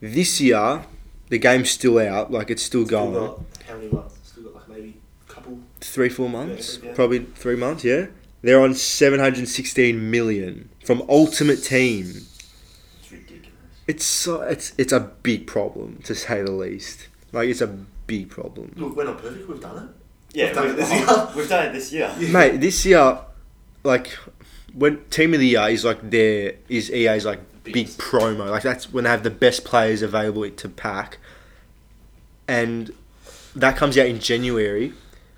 This year, the game's still out, like it's still
Still
going.
got how many months? Still got like maybe a couple.
Three, four months,
Yeah.
probably three months, yeah. They're on 716 million from Ultimate Team.
It's ridiculous.
It's so it's it's a big problem to say the least. Like it's a big problem,
Look, we're not perfect. We've done
Yeah,
We've done
we've,
it before.
we've done it this year.
Yeah.
mate. This year, like when team of the year is like their is EA's like big
Biggest.
promo. Like that's when they have the best players available to pack, and that comes out in January.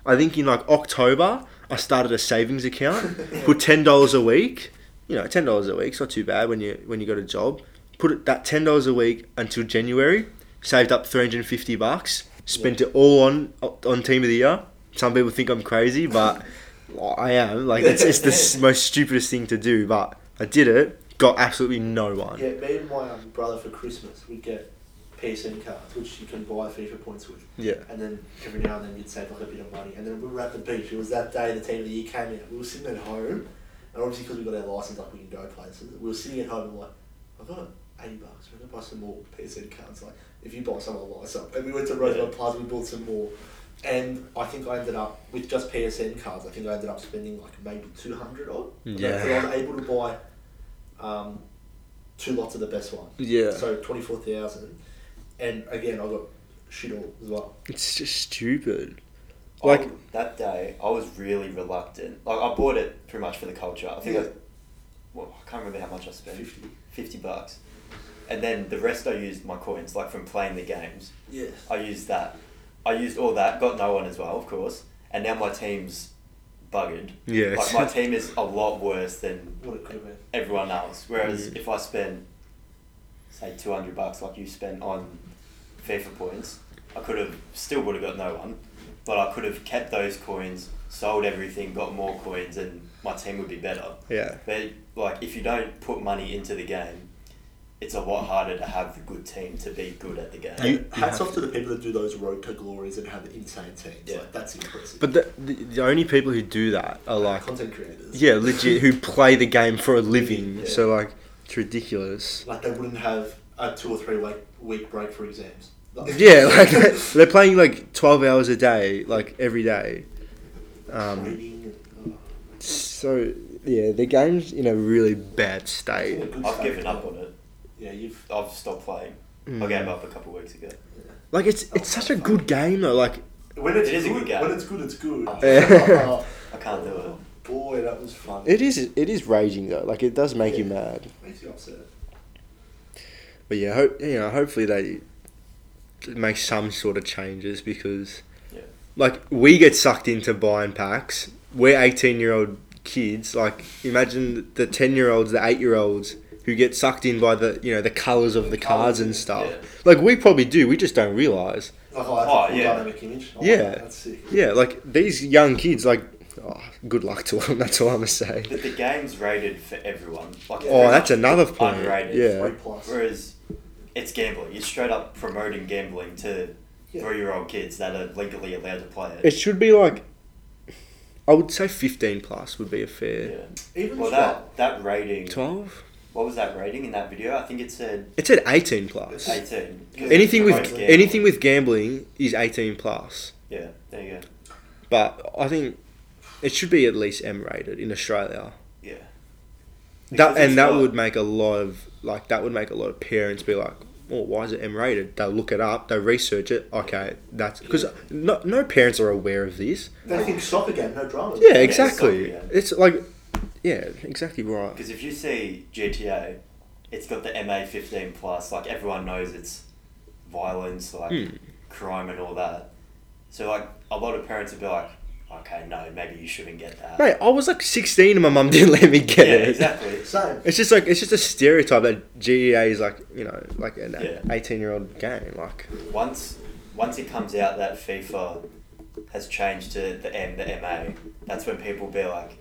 I think in like October, I started a savings account, put ten dollars a week. You know, ten dollars a week's not too bad when you when you got a job. Put it, that ten dollars a week until January. Saved up three hundred and fifty bucks. Spent it all on on team of the year. Some people think I'm crazy, but I am. Like it's, it's the s- most stupidest thing to do, but I did it. Got absolutely no one.
it. Yeah, me and my um, brother for Christmas, we get PSN cards, which you can buy FIFA points with.
Yeah.
And then every now and then you'd save like a bit of money. And then we were at the beach. It was that day the team of the year came out. We were sitting at home, and obviously because we got our license, like we can go places. We were sitting at home and like, I've got eighty bucks. We're gonna buy some more PSN cards. Like if you buy some, I'll buy some. And we went to Rosemont Plaza. We bought some more. And I think I ended up with just PSN cards. I think I ended up spending like maybe two hundred odd.
Mm. Yeah.
But I was able to buy um, two lots of the best one.
Yeah.
So twenty four thousand. And again, I got shit all as well.
It's just stupid.
Like
Like-
Oh, that day, I was really reluctant. Like I bought it pretty much for the culture. I think I,
Yeah.
well, I can't remember how much I spent.
50.
Fifty bucks, and then the rest I used my coins, like from playing the games.
Yeah.
I used that. I used all that. Got no one as well, of course. And now my team's buggered.
Yeah,
Like
it's-
my team is a lot worse than
What it could have been.
everyone else. Whereas
Yeah.
if I spend, say, two hundred bucks like you spent on FIFA points, I could have still would have got no one, but I could have kept those coins, sold everything, got more coins, and my team would be better.
Yeah.
But like, if you don't put money into the game, it's a lot harder to have a good team to be good at the game.
You-
And hats
have
off to the people that do those road to glories and have insane teams.
Yeah.
Like, that's impressive.
But the, the the only people who do that are like
content creators.
yeah, legit who play the game for a living.
Yeah.
So like it's ridiculous.
Like they wouldn't have a two or three week week break for exams.
Yeah, like they're playing like twelve hours a day, like every day. Um,
Reading and, oh,
so yeah, the game's in a really bad
oh, it's all a
state.
good
I've
state,
given
yeah.
up on it.
Yeah, you've.
I've stopped playing. I
Mm.
gave up a couple of weeks ago.
Like it's it's such a good game though. Like
When it's
It is a
good,
good game.
When it's good, it's good. Oh,
Yeah.
I can't do it.
Boy, that was fun.
it is it is raging though. Like it does make you mad.
Makes you upset.
But yeah, hope you know. Hopefully they make some sort of changes because,
Yeah.
like, we get sucked into buying packs. We're eighteen-year-old kids. Like, imagine the ten-year-olds, the eight-year-olds who get sucked in by the you know the colors of the cards and stuff.
Yeah.
Like we probably do. We just don't realize.
Like, oh, that's
Oh,
a cool
yeah.
dynamic image. Oh,
Yeah.
That's sick.
Yeah, like these young kids. Like, oh, good luck to them. That's all I'm gonna say.
But the game's rated for everyone. Like, it's very
Oh, that's
much
another point.
Unrated.
Three
Yeah,
plus.
Whereas it's gambling. You're straight up promoting gambling to
Yeah.
three year old kids that are legally allowed to play it.
it should be like. I would say fifteen plus would be a
yeah.
fair
Even
Well,
twelve.
that, that rating.
twelve.
What was that rating in that video? I think it said
It said eighteen plus.
18. 'cause
anything
it
with
promotes gambling.
anything with gambling is 18 plus
Yeah, there you go.
but i think it should be at least m rated in australia
Yeah.
that
Because it's
and that
got-
would make a lot of like that would make a lot of parents be like oh why is it m rated they'll look it up they'll research it okay that's because no, no parents are aware of this
They think soccer game, no drama.
yeah
it's
exactly
something, yeah.
it's like yeah exactly right
Because if you see GTA, it's got the MA fifteen plus. Like everyone knows it's violence, like
Hmm.
crime and all that. So like a lot of parents would be like, okay, no, maybe you shouldn't get that.
mate i was like 16 and my mum didn't let me
yeah,
get it
exactly.
Same.
It's just like it's just a stereotype that GEA is like you know like an
Yeah.
eighteen year old game like
Once once it comes out that FIFA has changed to the M, the MA, that's when people be like,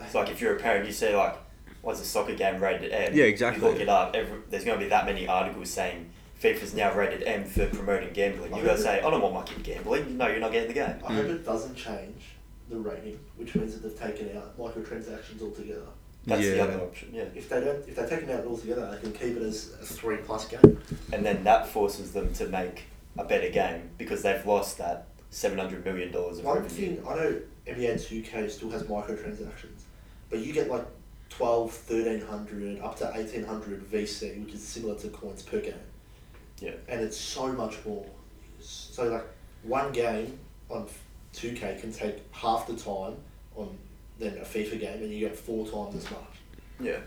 it's like if you're a parent, you say like, what's a soccer game rated M?
Yeah, exactly.
You look it up. Every, there's gonna be that many articles saying. FIFA's now rated M for promoting gambling. You gotta say, I don't want my kid gambling. No, you're not getting the game.
I hope it doesn't change the rating, which means that they've taken out microtransactions altogether.
That's the
Yeah.
other option, yeah.
If they don't, if they're taken out altogether, they can keep it as a three plus game.
And then that forces them to make a better game because they've lost that seven hundred million dollars of
One
revenue.
thing I know, NBA Two K still has microtransactions, but you get like 12, 1300, up to 1800 VC, which is similar to coins per game.
Yeah.
And it's so much more. So, like, one game on 2K can take half the time on than a FIFA game, and you get four times as much.
Yeah.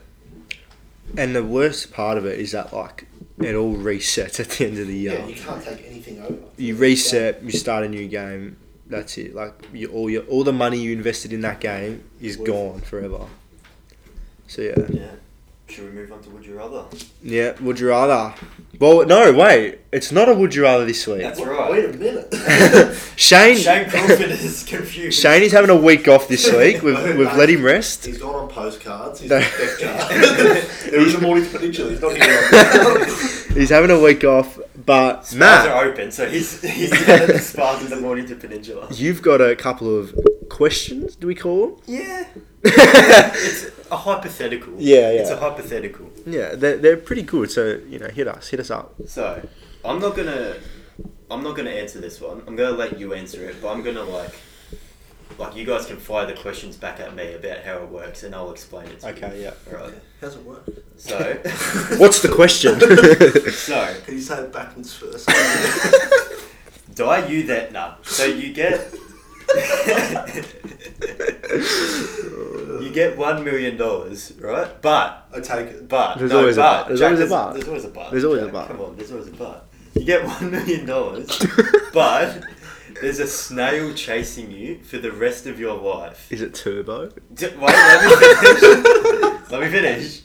And the worst part of it is that like it all resets at the end of the year.
you can't take anything over.
you reset, you start a new game. That's it. Like you, all your all the money you invested in that game is
Worth-
gone forever. So yeah,
Yeah. Should we move on to Would You Rather?
yeah. Would you rather? Well, no, wait. It's not a would you rather this week.
That's
Wait-
right.
Wait a minute.
Shane.
Shane Crawford is confused.
Shane is having a week off this week. We've, we've let him rest.
He's gone on postcards. He's
No.
no. there is a morning potential. He's not here.
He's having a week off, but
Spas
Matt,
are open, so he's he's at the spas in the morning to Peninsula.
you've got a couple of questions. Do we call?
Yeah,
Them?
it's a hypothetical.
Yeah, yeah.
It's a hypothetical.
yeah, they're, they're pretty good. So you know, hit us, hit us up.
So I'm not gonna I'm not gonna answer this one. I'm gonna let you answer it, but I'm gonna like like you guys can fire the questions back at me about how it works, and I'll explain it. To
Okay,
you.
yeah.
All right.
How's it work?
So
What's the question?
so
Can you say it backwards first?
die you that nah. So you get you get one million dollars, right? But
I take it.
But
There's
no,
always a
but,
but. There's
Jack,
always a
there's,
but.
There's always a but.
There's always a
Jack,
but.
Come on, there's always a but. You get one million dollars, but there's a snail chasing you for the rest of your life.
Is it Turbo?
D- Wait, let me finish. let me finish.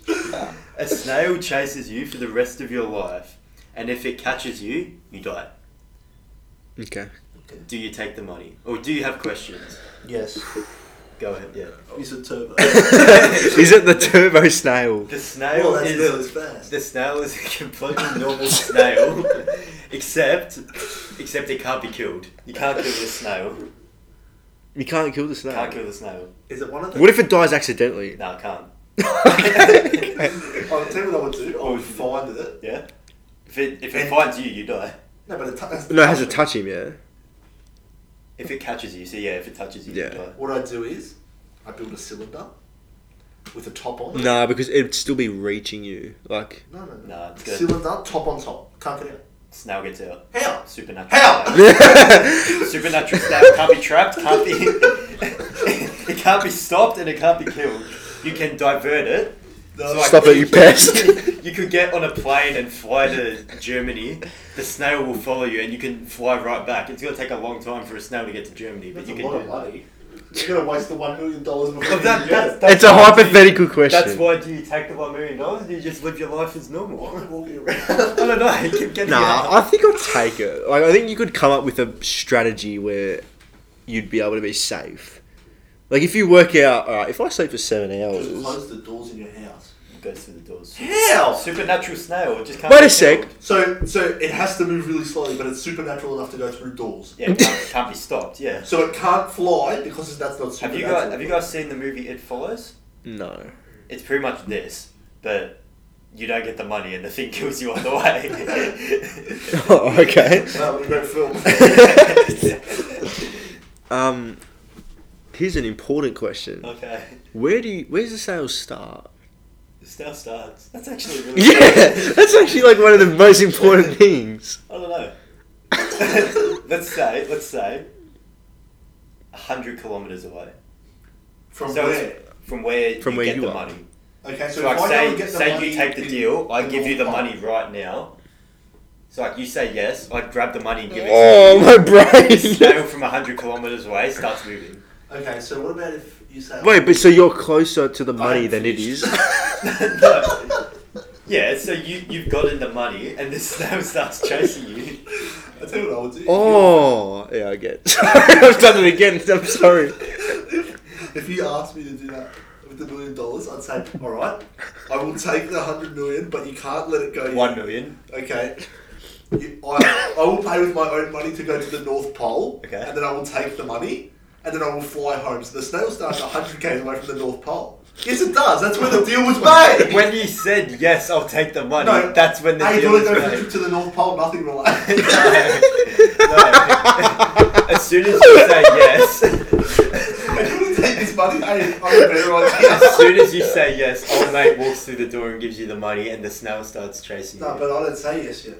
A snail chases you for the rest of your life, and if it catches you, you die.
Okay.
Do you take the money, or do you have questions?
Yes.
Go ahead. Yeah.
He's a turbo.
Is it the Turbo Snail?
The
well,
snail
that's
is
real, it's fast.
The snail is a completely normal snail, except except it can't be killed. You can't kill the snail.
You can't kill the
You can't kill
snail.
the snail.
Is it one of the?
What if it dies accidentally?
No, I can't.
I'll tell you what I would do. I would find it.
Yeah. If it if it finds you, you die.
No, but it t- that's
No, it has to touch him, yeah.
If it catches you, so yeah, if it touches you,
Yeah.
you die.
What I do is, I build a cylinder with a top on. it.
No, because it'd still be reaching you. Like,
No, no, no.
Nah, it's good.
cylinder, top on top. Can't get
Snail gets out.
it out.
Supernatural.
How?
snail.
How?
Supernatural snail can't be trapped. Can't be. it can't be stopped and it can't be killed. You can divert it. So, like,
Stop it, you pest.
you could get on a plane and fly to Germany. The snail will follow you, and you can fly right back. It's gonna take a long time for a snail to get to Germany, but
That's
you
a
can
lot
do
of
it.
money. You're gonna waste the one million dollars before
Well,
you
that-
even get
that's-
it.
that's
it's a
why do you-
hypothetical question.
That's why do you take the one million dollars? Do you just live your life as
Why am I
normal?
walking
I don't
around?
know. You keep getting
Nah, I
out.
think I'd take it. Like, I think you could come up with a strategy where you'd be able to be safe. Like, if you work out, alright, if I sleep for seven
Just
hours.
close the doors in your house.
goes through the doors.
How?
Supernatural snail. It just can't.
Wait
be
a sec.
killed.
So, so it has to move really slowly, but it's supernatural enough to go through doors.
Yeah, it can't, can't be stopped. Yeah.
So it can't fly because that's not
Have you
supernatural.
guys Have you guys seen the movie It Follows?
No.
It's pretty much this, but you don't get the money, and the thing kills you on the way.
Oh, okay.
No, we don't film.
Um, here's an important question.
okay.
Where do you, where's the sales start?
Snail starts. That's actually really
Yeah, that's actually like one of the most important things.
I don't know. let's say, let's say, 100 kilometres away.
From
so
where?
it's From where
From
you
where
get
you
the
are.
money.
Okay, so,
So,
if
like,
I
say,
don't get the
say
money,
you take the
in-
deal, I
in
give you the
North
money right now. So, like, you say yes, I grab the money and give it
Oh,
to you.
my
The snail
brain.
from 100 kilometres away starts moving.
Park. Okay, so what about if you say?
Wait, but so you're closer to the
I
money
haven't
than it
finished.
is.
no. Yeah, so you, you've gotten the money and the snail starts chasing you.
I tell you what I would do.
Oh, yeah, I get. Sorry, I've done it again. I'm sorry.
If you asked me to do that with the million dollars, I'd say, all right, I will take the hundred million, but you can't let it go.
One million.
Okay. You, I, I will pay with my own money to go to the North Pole,
Okay.
and then I will take the money, and then I will fly home. So the snail starts 100 k's away from the North Pole. Yes, it does. That's where the deal was made.
When you said yes, I'll take the money. that's when the
I
deal
thought
was
I'd go for a
made.
trip to the North Pole, nothing related.
No. as soon as you say yes,
I couldn't take this funny? I, I'm a better on
As
this.
soon as you say yes, old mate walks through the door and gives you the money, and the snail starts chasing
No,
you.
but I didn't say yes yet.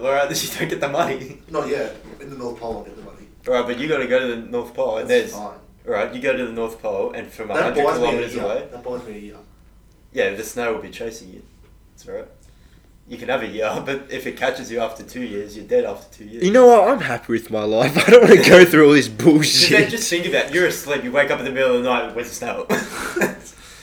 All right, then you don't get the money.
Not yet. In the North Pole, I'll get the money.
All right, but you got to go to the North Pole, and
That's
there's
fine.
all right. You go to the North Pole, and from
That
hundred
buys me a
kilometers away,
year. That buys me a year.
yeah, the snail will be chasing you. It's all right. You can have a year, but if it catches you after two years, you're dead after two years.
You know what? I'm happy with my life. I don't want to go through all this
Because then
bullshit.
just think about it. you're asleep, you wake up in the middle of the night, where's the snail?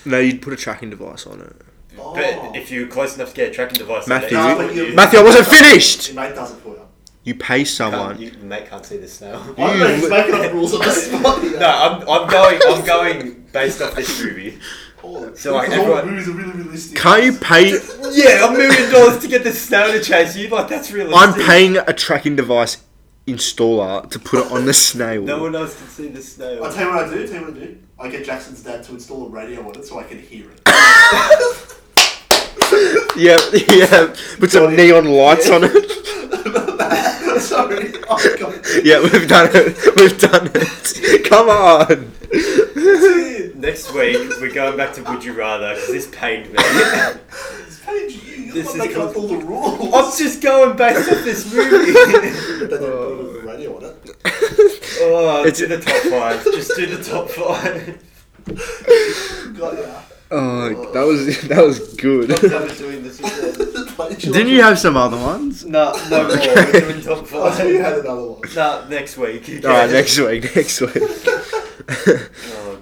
No, you'd put a tracking device on it.
Oh.
But if you're close enough to get a tracking device,
Matthew,
No,
you-
but you-
Matthew, I wasn't finished!
Your mate does it for you.
You pay
can't,
someone.
you, mate can't see the snail.
I don't know, he's
You-
making up rules on the spot.
No, I'm, I'm going. I'm going based off this movie.
All-
So, like,
all
everyone-
movies are really realistic.
Can't you pay?
Yeah, a million dollars to get the snail to chase you. Like that's realistic.
I'm paying a tracking device installer to put it on the snail.
No one else can see the
I'll
snail.
tell you what I do, tell you what I do. I get Jackson's dad to install a radio on it so I can hear it.
Yeah, yeah. Put some neon lights on it.
Sorry. Oh, God.
Yeah, we've done it. We've done it. Come on.
Next week we're going back to Would You Rather because this pained me.
It's page you. You're
This
the one
is
making up all the rules.
I'm just going based off this movie.
They don't put a radio on it.
oh,
It's-
do the top five. Just do the top five.
God, yeah.
Oh, that was that was good.
I'm never doing this again.
Didn't
Didn't you have some other ones?
No, no more. We're doing top
Oh, you had
five.
another one.
No, next week.
All right, next week. Next week.
Oh,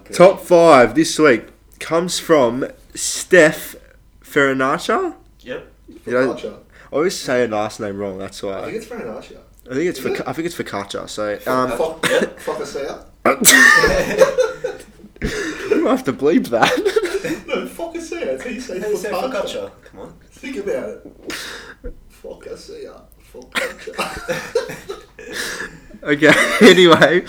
God.
Top five this week comes from Steph Ferranaccia.
Yep.
You know-
Focaccia.
I always say her last name wrong. That's
I think
why
it's Farinaccia.
I think it's for,
Is it?
I think it's for Kacha. So um,
fuck,
yeah.
fuck us out.
you have to bleep that.
No, fuck us out. That's how you say
Hey, so
focaccia.
Focaccia. Come on.
Think about it. fuck us out. Focaccia.
okay. Anyway,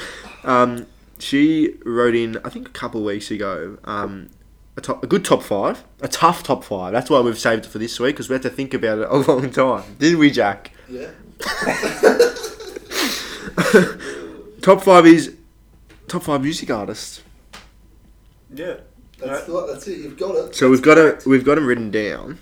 um, she wrote in I think a couple of weeks ago um, a, top, a good top five, a tough top five. That's why we've saved it for this week because we had to think about it a long time, didn't we, Jack?
yeah.
Top five is top five music artists.
Yeah.
That's, the- that's it. You've got it.
So we've got a, we've got them written down.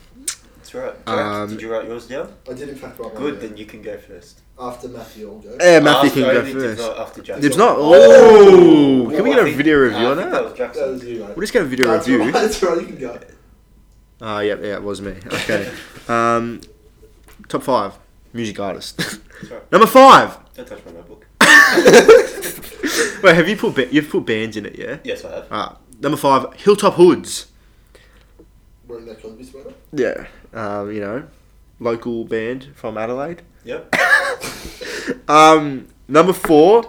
That's right.
Um,
Did you write yours down?
I did in fact write one
Good,
down.
then you can go first.
After Matthew, I'll go.
Yeah, Matthew can
After-
go
only Dibs
first.
not after Jack.
Dibs not.
Oh!
Oh, can we
Oh,
get
I
a
think-
video review
uh, I
on
think
that?
was
That
Jackson.
was you, mate.
We'll just get a video
That's
review.
right, that's right, you can go.
Ah, uh, yep, yeah, it was me. Okay. um, top five music artists.
Sorry.
Number five.
Don't touch my notebook.
Wait, have you put ba- you've put bands in it? Yeah.
Yes, I have.
Ah, number five. Hilltop Hoods.
Wearing that Cosby sweater.
Yeah. Um, you know, local band from Adelaide.
Yep.
Um, number four.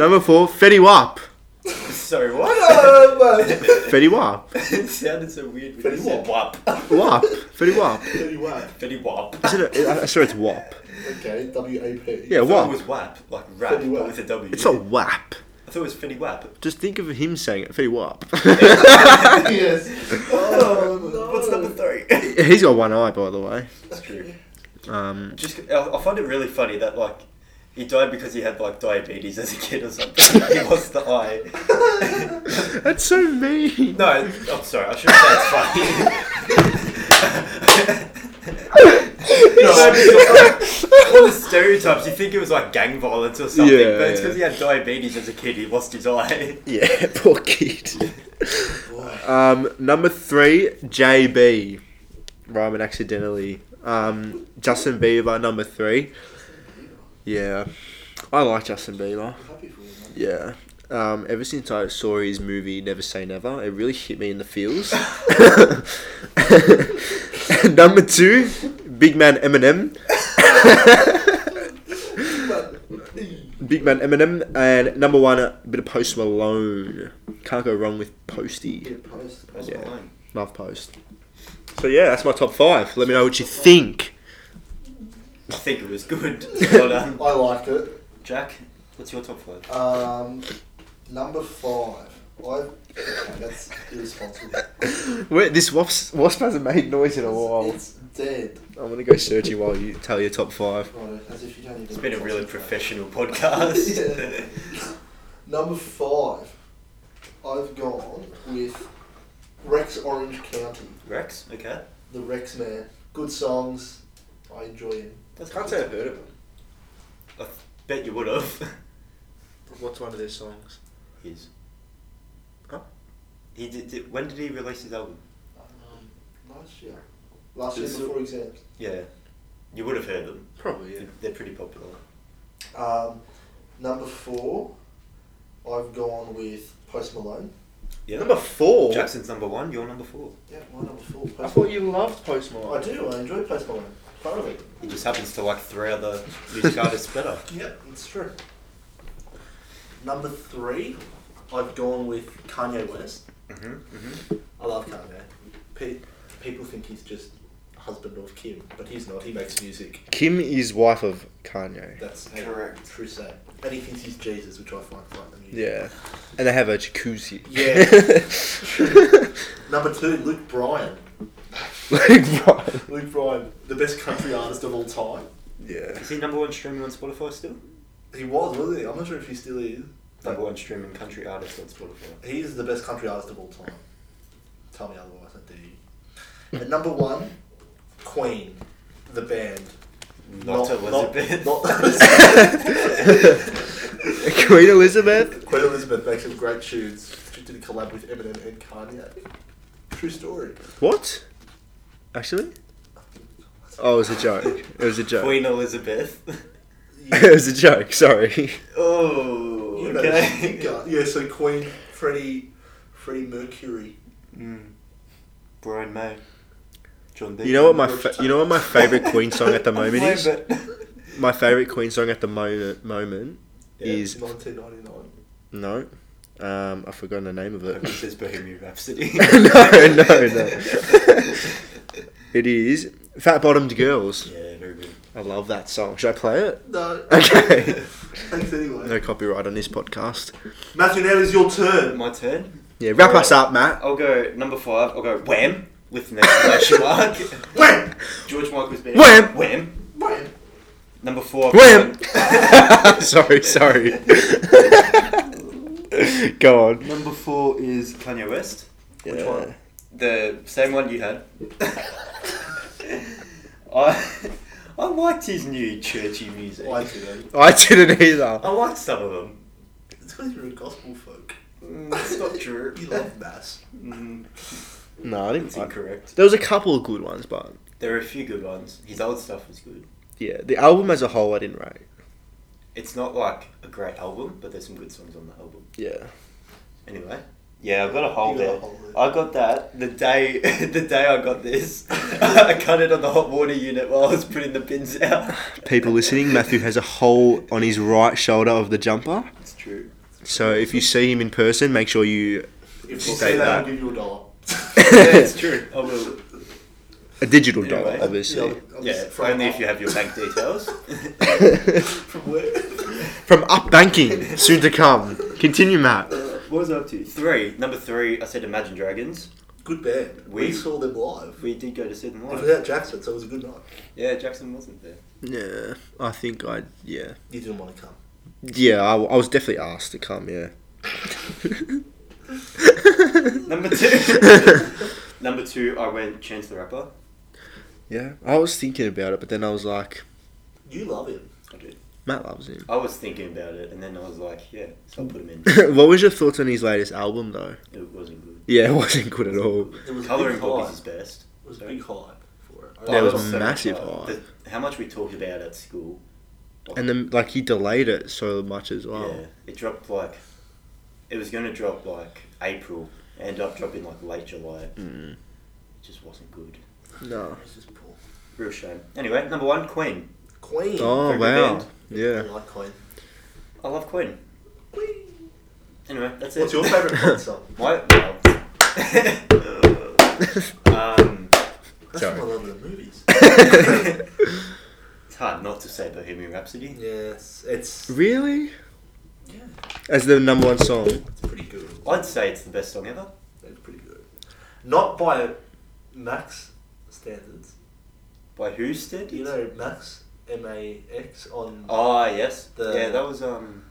number four. Fetty Wap.
Sorry, what?
Hello, mate.
Fetty Wap.
it sounded so weird when
Fetty
you said wap.
Wap. Fetty Wap.
Tell you what.
Fetty wap.
Isn't it? I I swear it's WAP.
Okay, WAP.
Yeah,
I thought it
WAP.
was wap, like rap,
Fetty
but
Wap.
with a W.
It's not
I
WAP.
thought it was Fetty wap.
Just think of him saying it. Fetty WAP.
yes. Oh, no.
What's number three?
He's got one eye, by the way.
That's true.
Um,
Just, I, I find it really funny that like he died because he had like diabetes as a kid or something. he lost the eye.
that's so mean.
No, I'm sorry. I shouldn't say it's funny. no, because, like, all the stereotypes. You think it was like gang violence or something,
Yeah,
but it's because he
yeah.
had diabetes as a kid. He lost his eye.
Yeah, poor kid.
Boy.
Um, number three, JB. Rhyming accidentally. Um, Justin Bieber, number three. Yeah, I like Justin Bieber.
Happy for you, man.
Yeah. Um, ever since I saw his movie Never Say Never, it really hit me in the feels. number two, Big Man Eminem. Big Man Eminem, and number one, a bit of Post Malone. Can't go wrong with Posty.
Get post.
That's
Yeah.
fine.
Love Post. So yeah, that's my top five. Let me know what you think.
I think it was good. Well done.
I liked it.
Jack, what's your top five?
Um, number five. I. Okay, that's irresponsible.
Wait, this wasp, wasp hasn't made noise in a while.
It's dead.
I'm gonna go searching while you tell your top five.
Right, as if you don't even.
It's been a really
concentrate.
professional podcast.
Number five. Orange County.
Rex, okay.
The Rex Man. Good songs. I enjoy him.
That's
Can't say I've heard of him.
I th- bet you would have.
What's one of their songs?
His.
Huh?
He did, did. When did he release his album?
Um, last year. Last year
Is it-
before exams.
Yeah, you would have heard them.
Probably yeah.
They're- They're pretty popular.
Um, number four, I've gone with Post Malone.
Yeah.
Number four.
Jackson's number one. You're number four.
Yeah, my number four. Post
I thought you loved Post Malone.
I do. I enjoy Post Malone. Thoroughly.
He just happens to like three other music artists better.
Yep, it's true. Number three, I've gone with Kanye West.
Mm-hmm. Mm-hmm.
I love Kanye. Pe- people think he's just husband of Kim, but he's not. He makes music.
Kim is wife of Kanye.
That's a
Correct.
True saying. And he thinks he's Jesus, which I find quite amusing.
Yeah, and they have a jacuzzi.
Yeah. Number two, Luke Bryan.
like right.
Luke Bryan, the best country artist of all time.
Yeah.
Is he number one streaming on Spotify still?
He was, wasn't he? I'm not sure if he still is.
Number one streaming country artist on Spotify.
He is the best country artist of all time. Tell me otherwise, I dare you. At number one, Queen, the band.
Not, Elizabeth.
Not, not Elizabeth.
Queen Elizabeth.
Queen Elizabeth makes some great tunes. She did a collab with Eminem and Kanye. True story.
What? Actually? Oh, it was a joke. It was a joke.
Queen Elizabeth.
it was a joke. Sorry.
oh.
You
Okay.
know, yeah, so Queen, Freddie, Freddie Mercury.
Mm. Brian May. John D.
You know what my fa- you know what my favorite Queen song at the moment is. My favorite Queen song at the moment moment
Yeah.
is
1999.
no. Um, I've forgotten the name of
I hope it
it.
says Bohemian Rhapsody.
No, no, no. It is Fat Bottomed Girls.
yeah, very good.
I love that song. Should I play it?
No.
Okay.
Thanks anyway.
No copyright on this podcast.
Matthew, now is your turn.
My turn.
Yeah, wrap
Alright.
us up, Matt.
I'll go number five. I'll go Wham with an exclamation mark.
Wham!
George Michael's band.
Wham!
Wham.
Wham!
Number four.
Wham! sorry, sorry. Go on.
Number four is Kanye West.
Yeah.
one?
The same one you had. I I liked his new churchy music.
Why do they?
I didn't either.
I liked some of them.
It's because you're a gospel folk.
Mm, it's not true.
You love mass.
Mm,
No, I didn't.
it's incorrect.
There was a couple of good ones, but
There are a few good ones. His old stuff was good.
yeah, the album as a whole, I didn't rate.
It's not like a great album, but there's some good songs on the album.
Yeah.
Anyway. Yeah, I've got a hole
You got a
there.
hole there.
I got that the day the day I got this. I cut it on the hot water unit while I was putting the pins out.
People listening, Matthew has a hole on his right shoulder of the jumper.
It's true.
So if you see him in person, make sure you.
If you
State
say that, I'll
that.
give you a dollar.
yeah, it's true. I will.
A digital dollar,
Anyway,
obviously.
Yeah, I'll
Yeah,
just throw
only
it
if you
up.
have your bank details.
From where?
From up banking, soon to come. Continue, Matt.
what was I up to? Three. Number three, I said Imagine Dragons.
Good band. We,
We-
saw them live.
We did go to Sydney
It was
Live.
without Jackson, so it was a good night.
Yeah, Jackson wasn't there.
Yeah, I think I. Yeah.
You didn't want to come.
Yeah, I, I was definitely asked to come, yeah.
Number two. Number two, I went Chance the Rapper.
yeah, I was thinking about it, but then I was like,
You love him.
I did.
Matt loves him.
I was thinking about it, and then I was like, yeah, so I'll put him in.
what was your thoughts on his latest album, though?
It wasn't good.
Yeah, it wasn't good at all.
It was a
Colouring
big
Book is
hype.
his best.
It was a big hype for it.
There
I
was
love
a
it.
massive
The- how much we talked about at school.
And then, like, he delayed it so much as well.
Yeah, it dropped like, it was going to drop like April, ended up dropping like late July. It
Mm.
just wasn't good.
No.
It's Oh, just poor.
Real shame. Anyway, number one, Queen.
Queen.
Oh,
Very good
wow.
band.
I
Yeah.
like Queen.
I love Queen.
Queen.
Anyway, that's it.
What's your favourite Queen song?
My well, um,
That's
Sorry.
from one of the movies.
it's hard not to say Bohemian Rhapsody.
yes, it's
Really?
yeah,
As the number one song?
it's pretty good.
I'd say it's the best song ever.
It's pretty good. Not by Max standards.
By who, Stead?
Do you know Max M A X on
Ah, yes.
The-
yeah, that was um.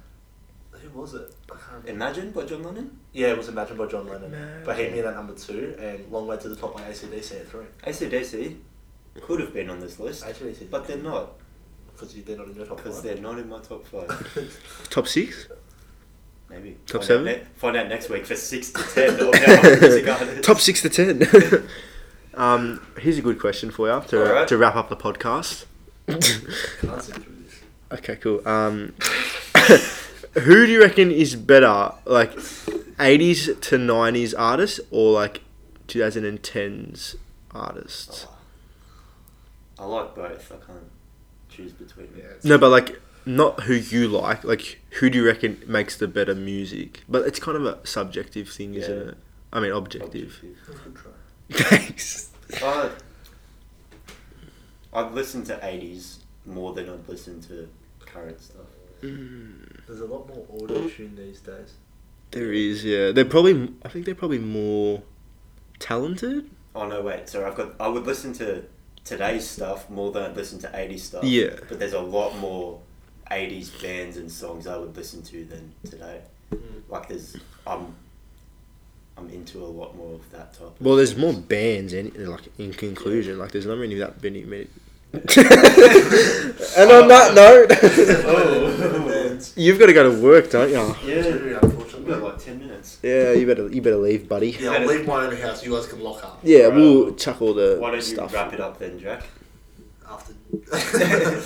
Who was it? I can't remember.
Imagine by John Lennon.
Yeah, it was Imagine by John Lennon.
Imagine.
Bohemian at number two, and Long Way to the Top by ACDC at three.
ACDC could have been on this list,
ACDC,
but they're not
because they're not in your top
because
five.
they're not in my top five.
Top six?
Maybe Find
Top
out
seven?
ne- find out next week for six to ten. Or how much it's gone.
Top six to ten. um, here's a good question for you to,
Alright.
to wrap up the podcast.
Can't sit through this.
Okay, cool. Um, who do you reckon is better, like 80s to 90s artists or like 2010s artists?
Oh, I like both. I can't choose between them.
No, but like not who you like, like who do you reckon makes the better music? But it's kind of a subjective thing, isn't
Yeah.
it? I mean, objective.
Objective.
Good try.
Thanks.
I, I've listened to 80s more than I've listened to current stuff.
There's a lot more
Hmm?
auto tune these days.
Mm. There is, yeah. They're probably, I think they're probably more talented.
Oh no, wait. Sorry, I've got. I would listen to today's stuff more than I'd listen to 80s stuff.
Yeah.
But there's a lot more 80s bands and songs I would listen to than today. Like there's, I'm, I'm into a lot more of that type.
Well, there's more bands, and like in conclusion, like there's not really that many. many. and on that note,
Oh.
you've got to go to work, don't you?
Yeah,
We've got
unfortunately.
like ten minutes.
Yeah, you better you better leave, buddy.
Yeah, I'll leave my own house. You guys can lock up
Yeah,
Right.
we'll chuck all the
Why don't
Uh, stuff.
you wrap it up then, Jack?
after. How do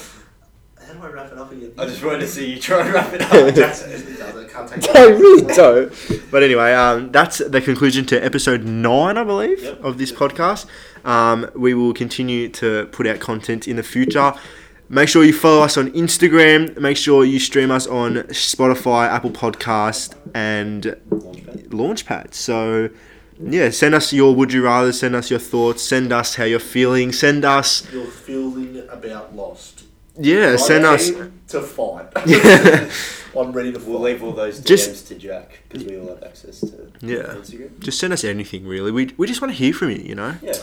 I wrap it up again?
I just wanted to see you try and wrap it
Oh,
up.
Jackson usually does. I can't take.
I really don't. But anyway, um, that's the conclusion to episode nine, I believe,
Yep.
of this podcast. Um, we will continue to put out content in the future. Make sure you follow us on Instagram. Make sure you stream us on Spotify, Apple Podcast, and
Launchpad.
Launchpad. So, yeah, send us your would you rather, send us your thoughts, send us how you're feeling, send us,
You're feeling about lost.
yeah, send
I'm
us.
keen to fight.
Yeah.
I'm ready to fight.
We'll leave all those DMs
Just-
to Jack because we all have access to
Yeah.
Instagram.
Just send us anything, really. We, we just want to hear from you, you know?
Yeah.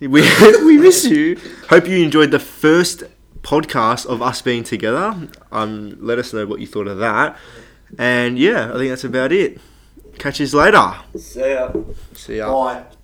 We, we miss you. Hope you enjoyed the first podcast of us being together. Um, let us know what you thought of that. And yeah, I think that's about it. Catch you later.
So. uh,
See ya.
Bye.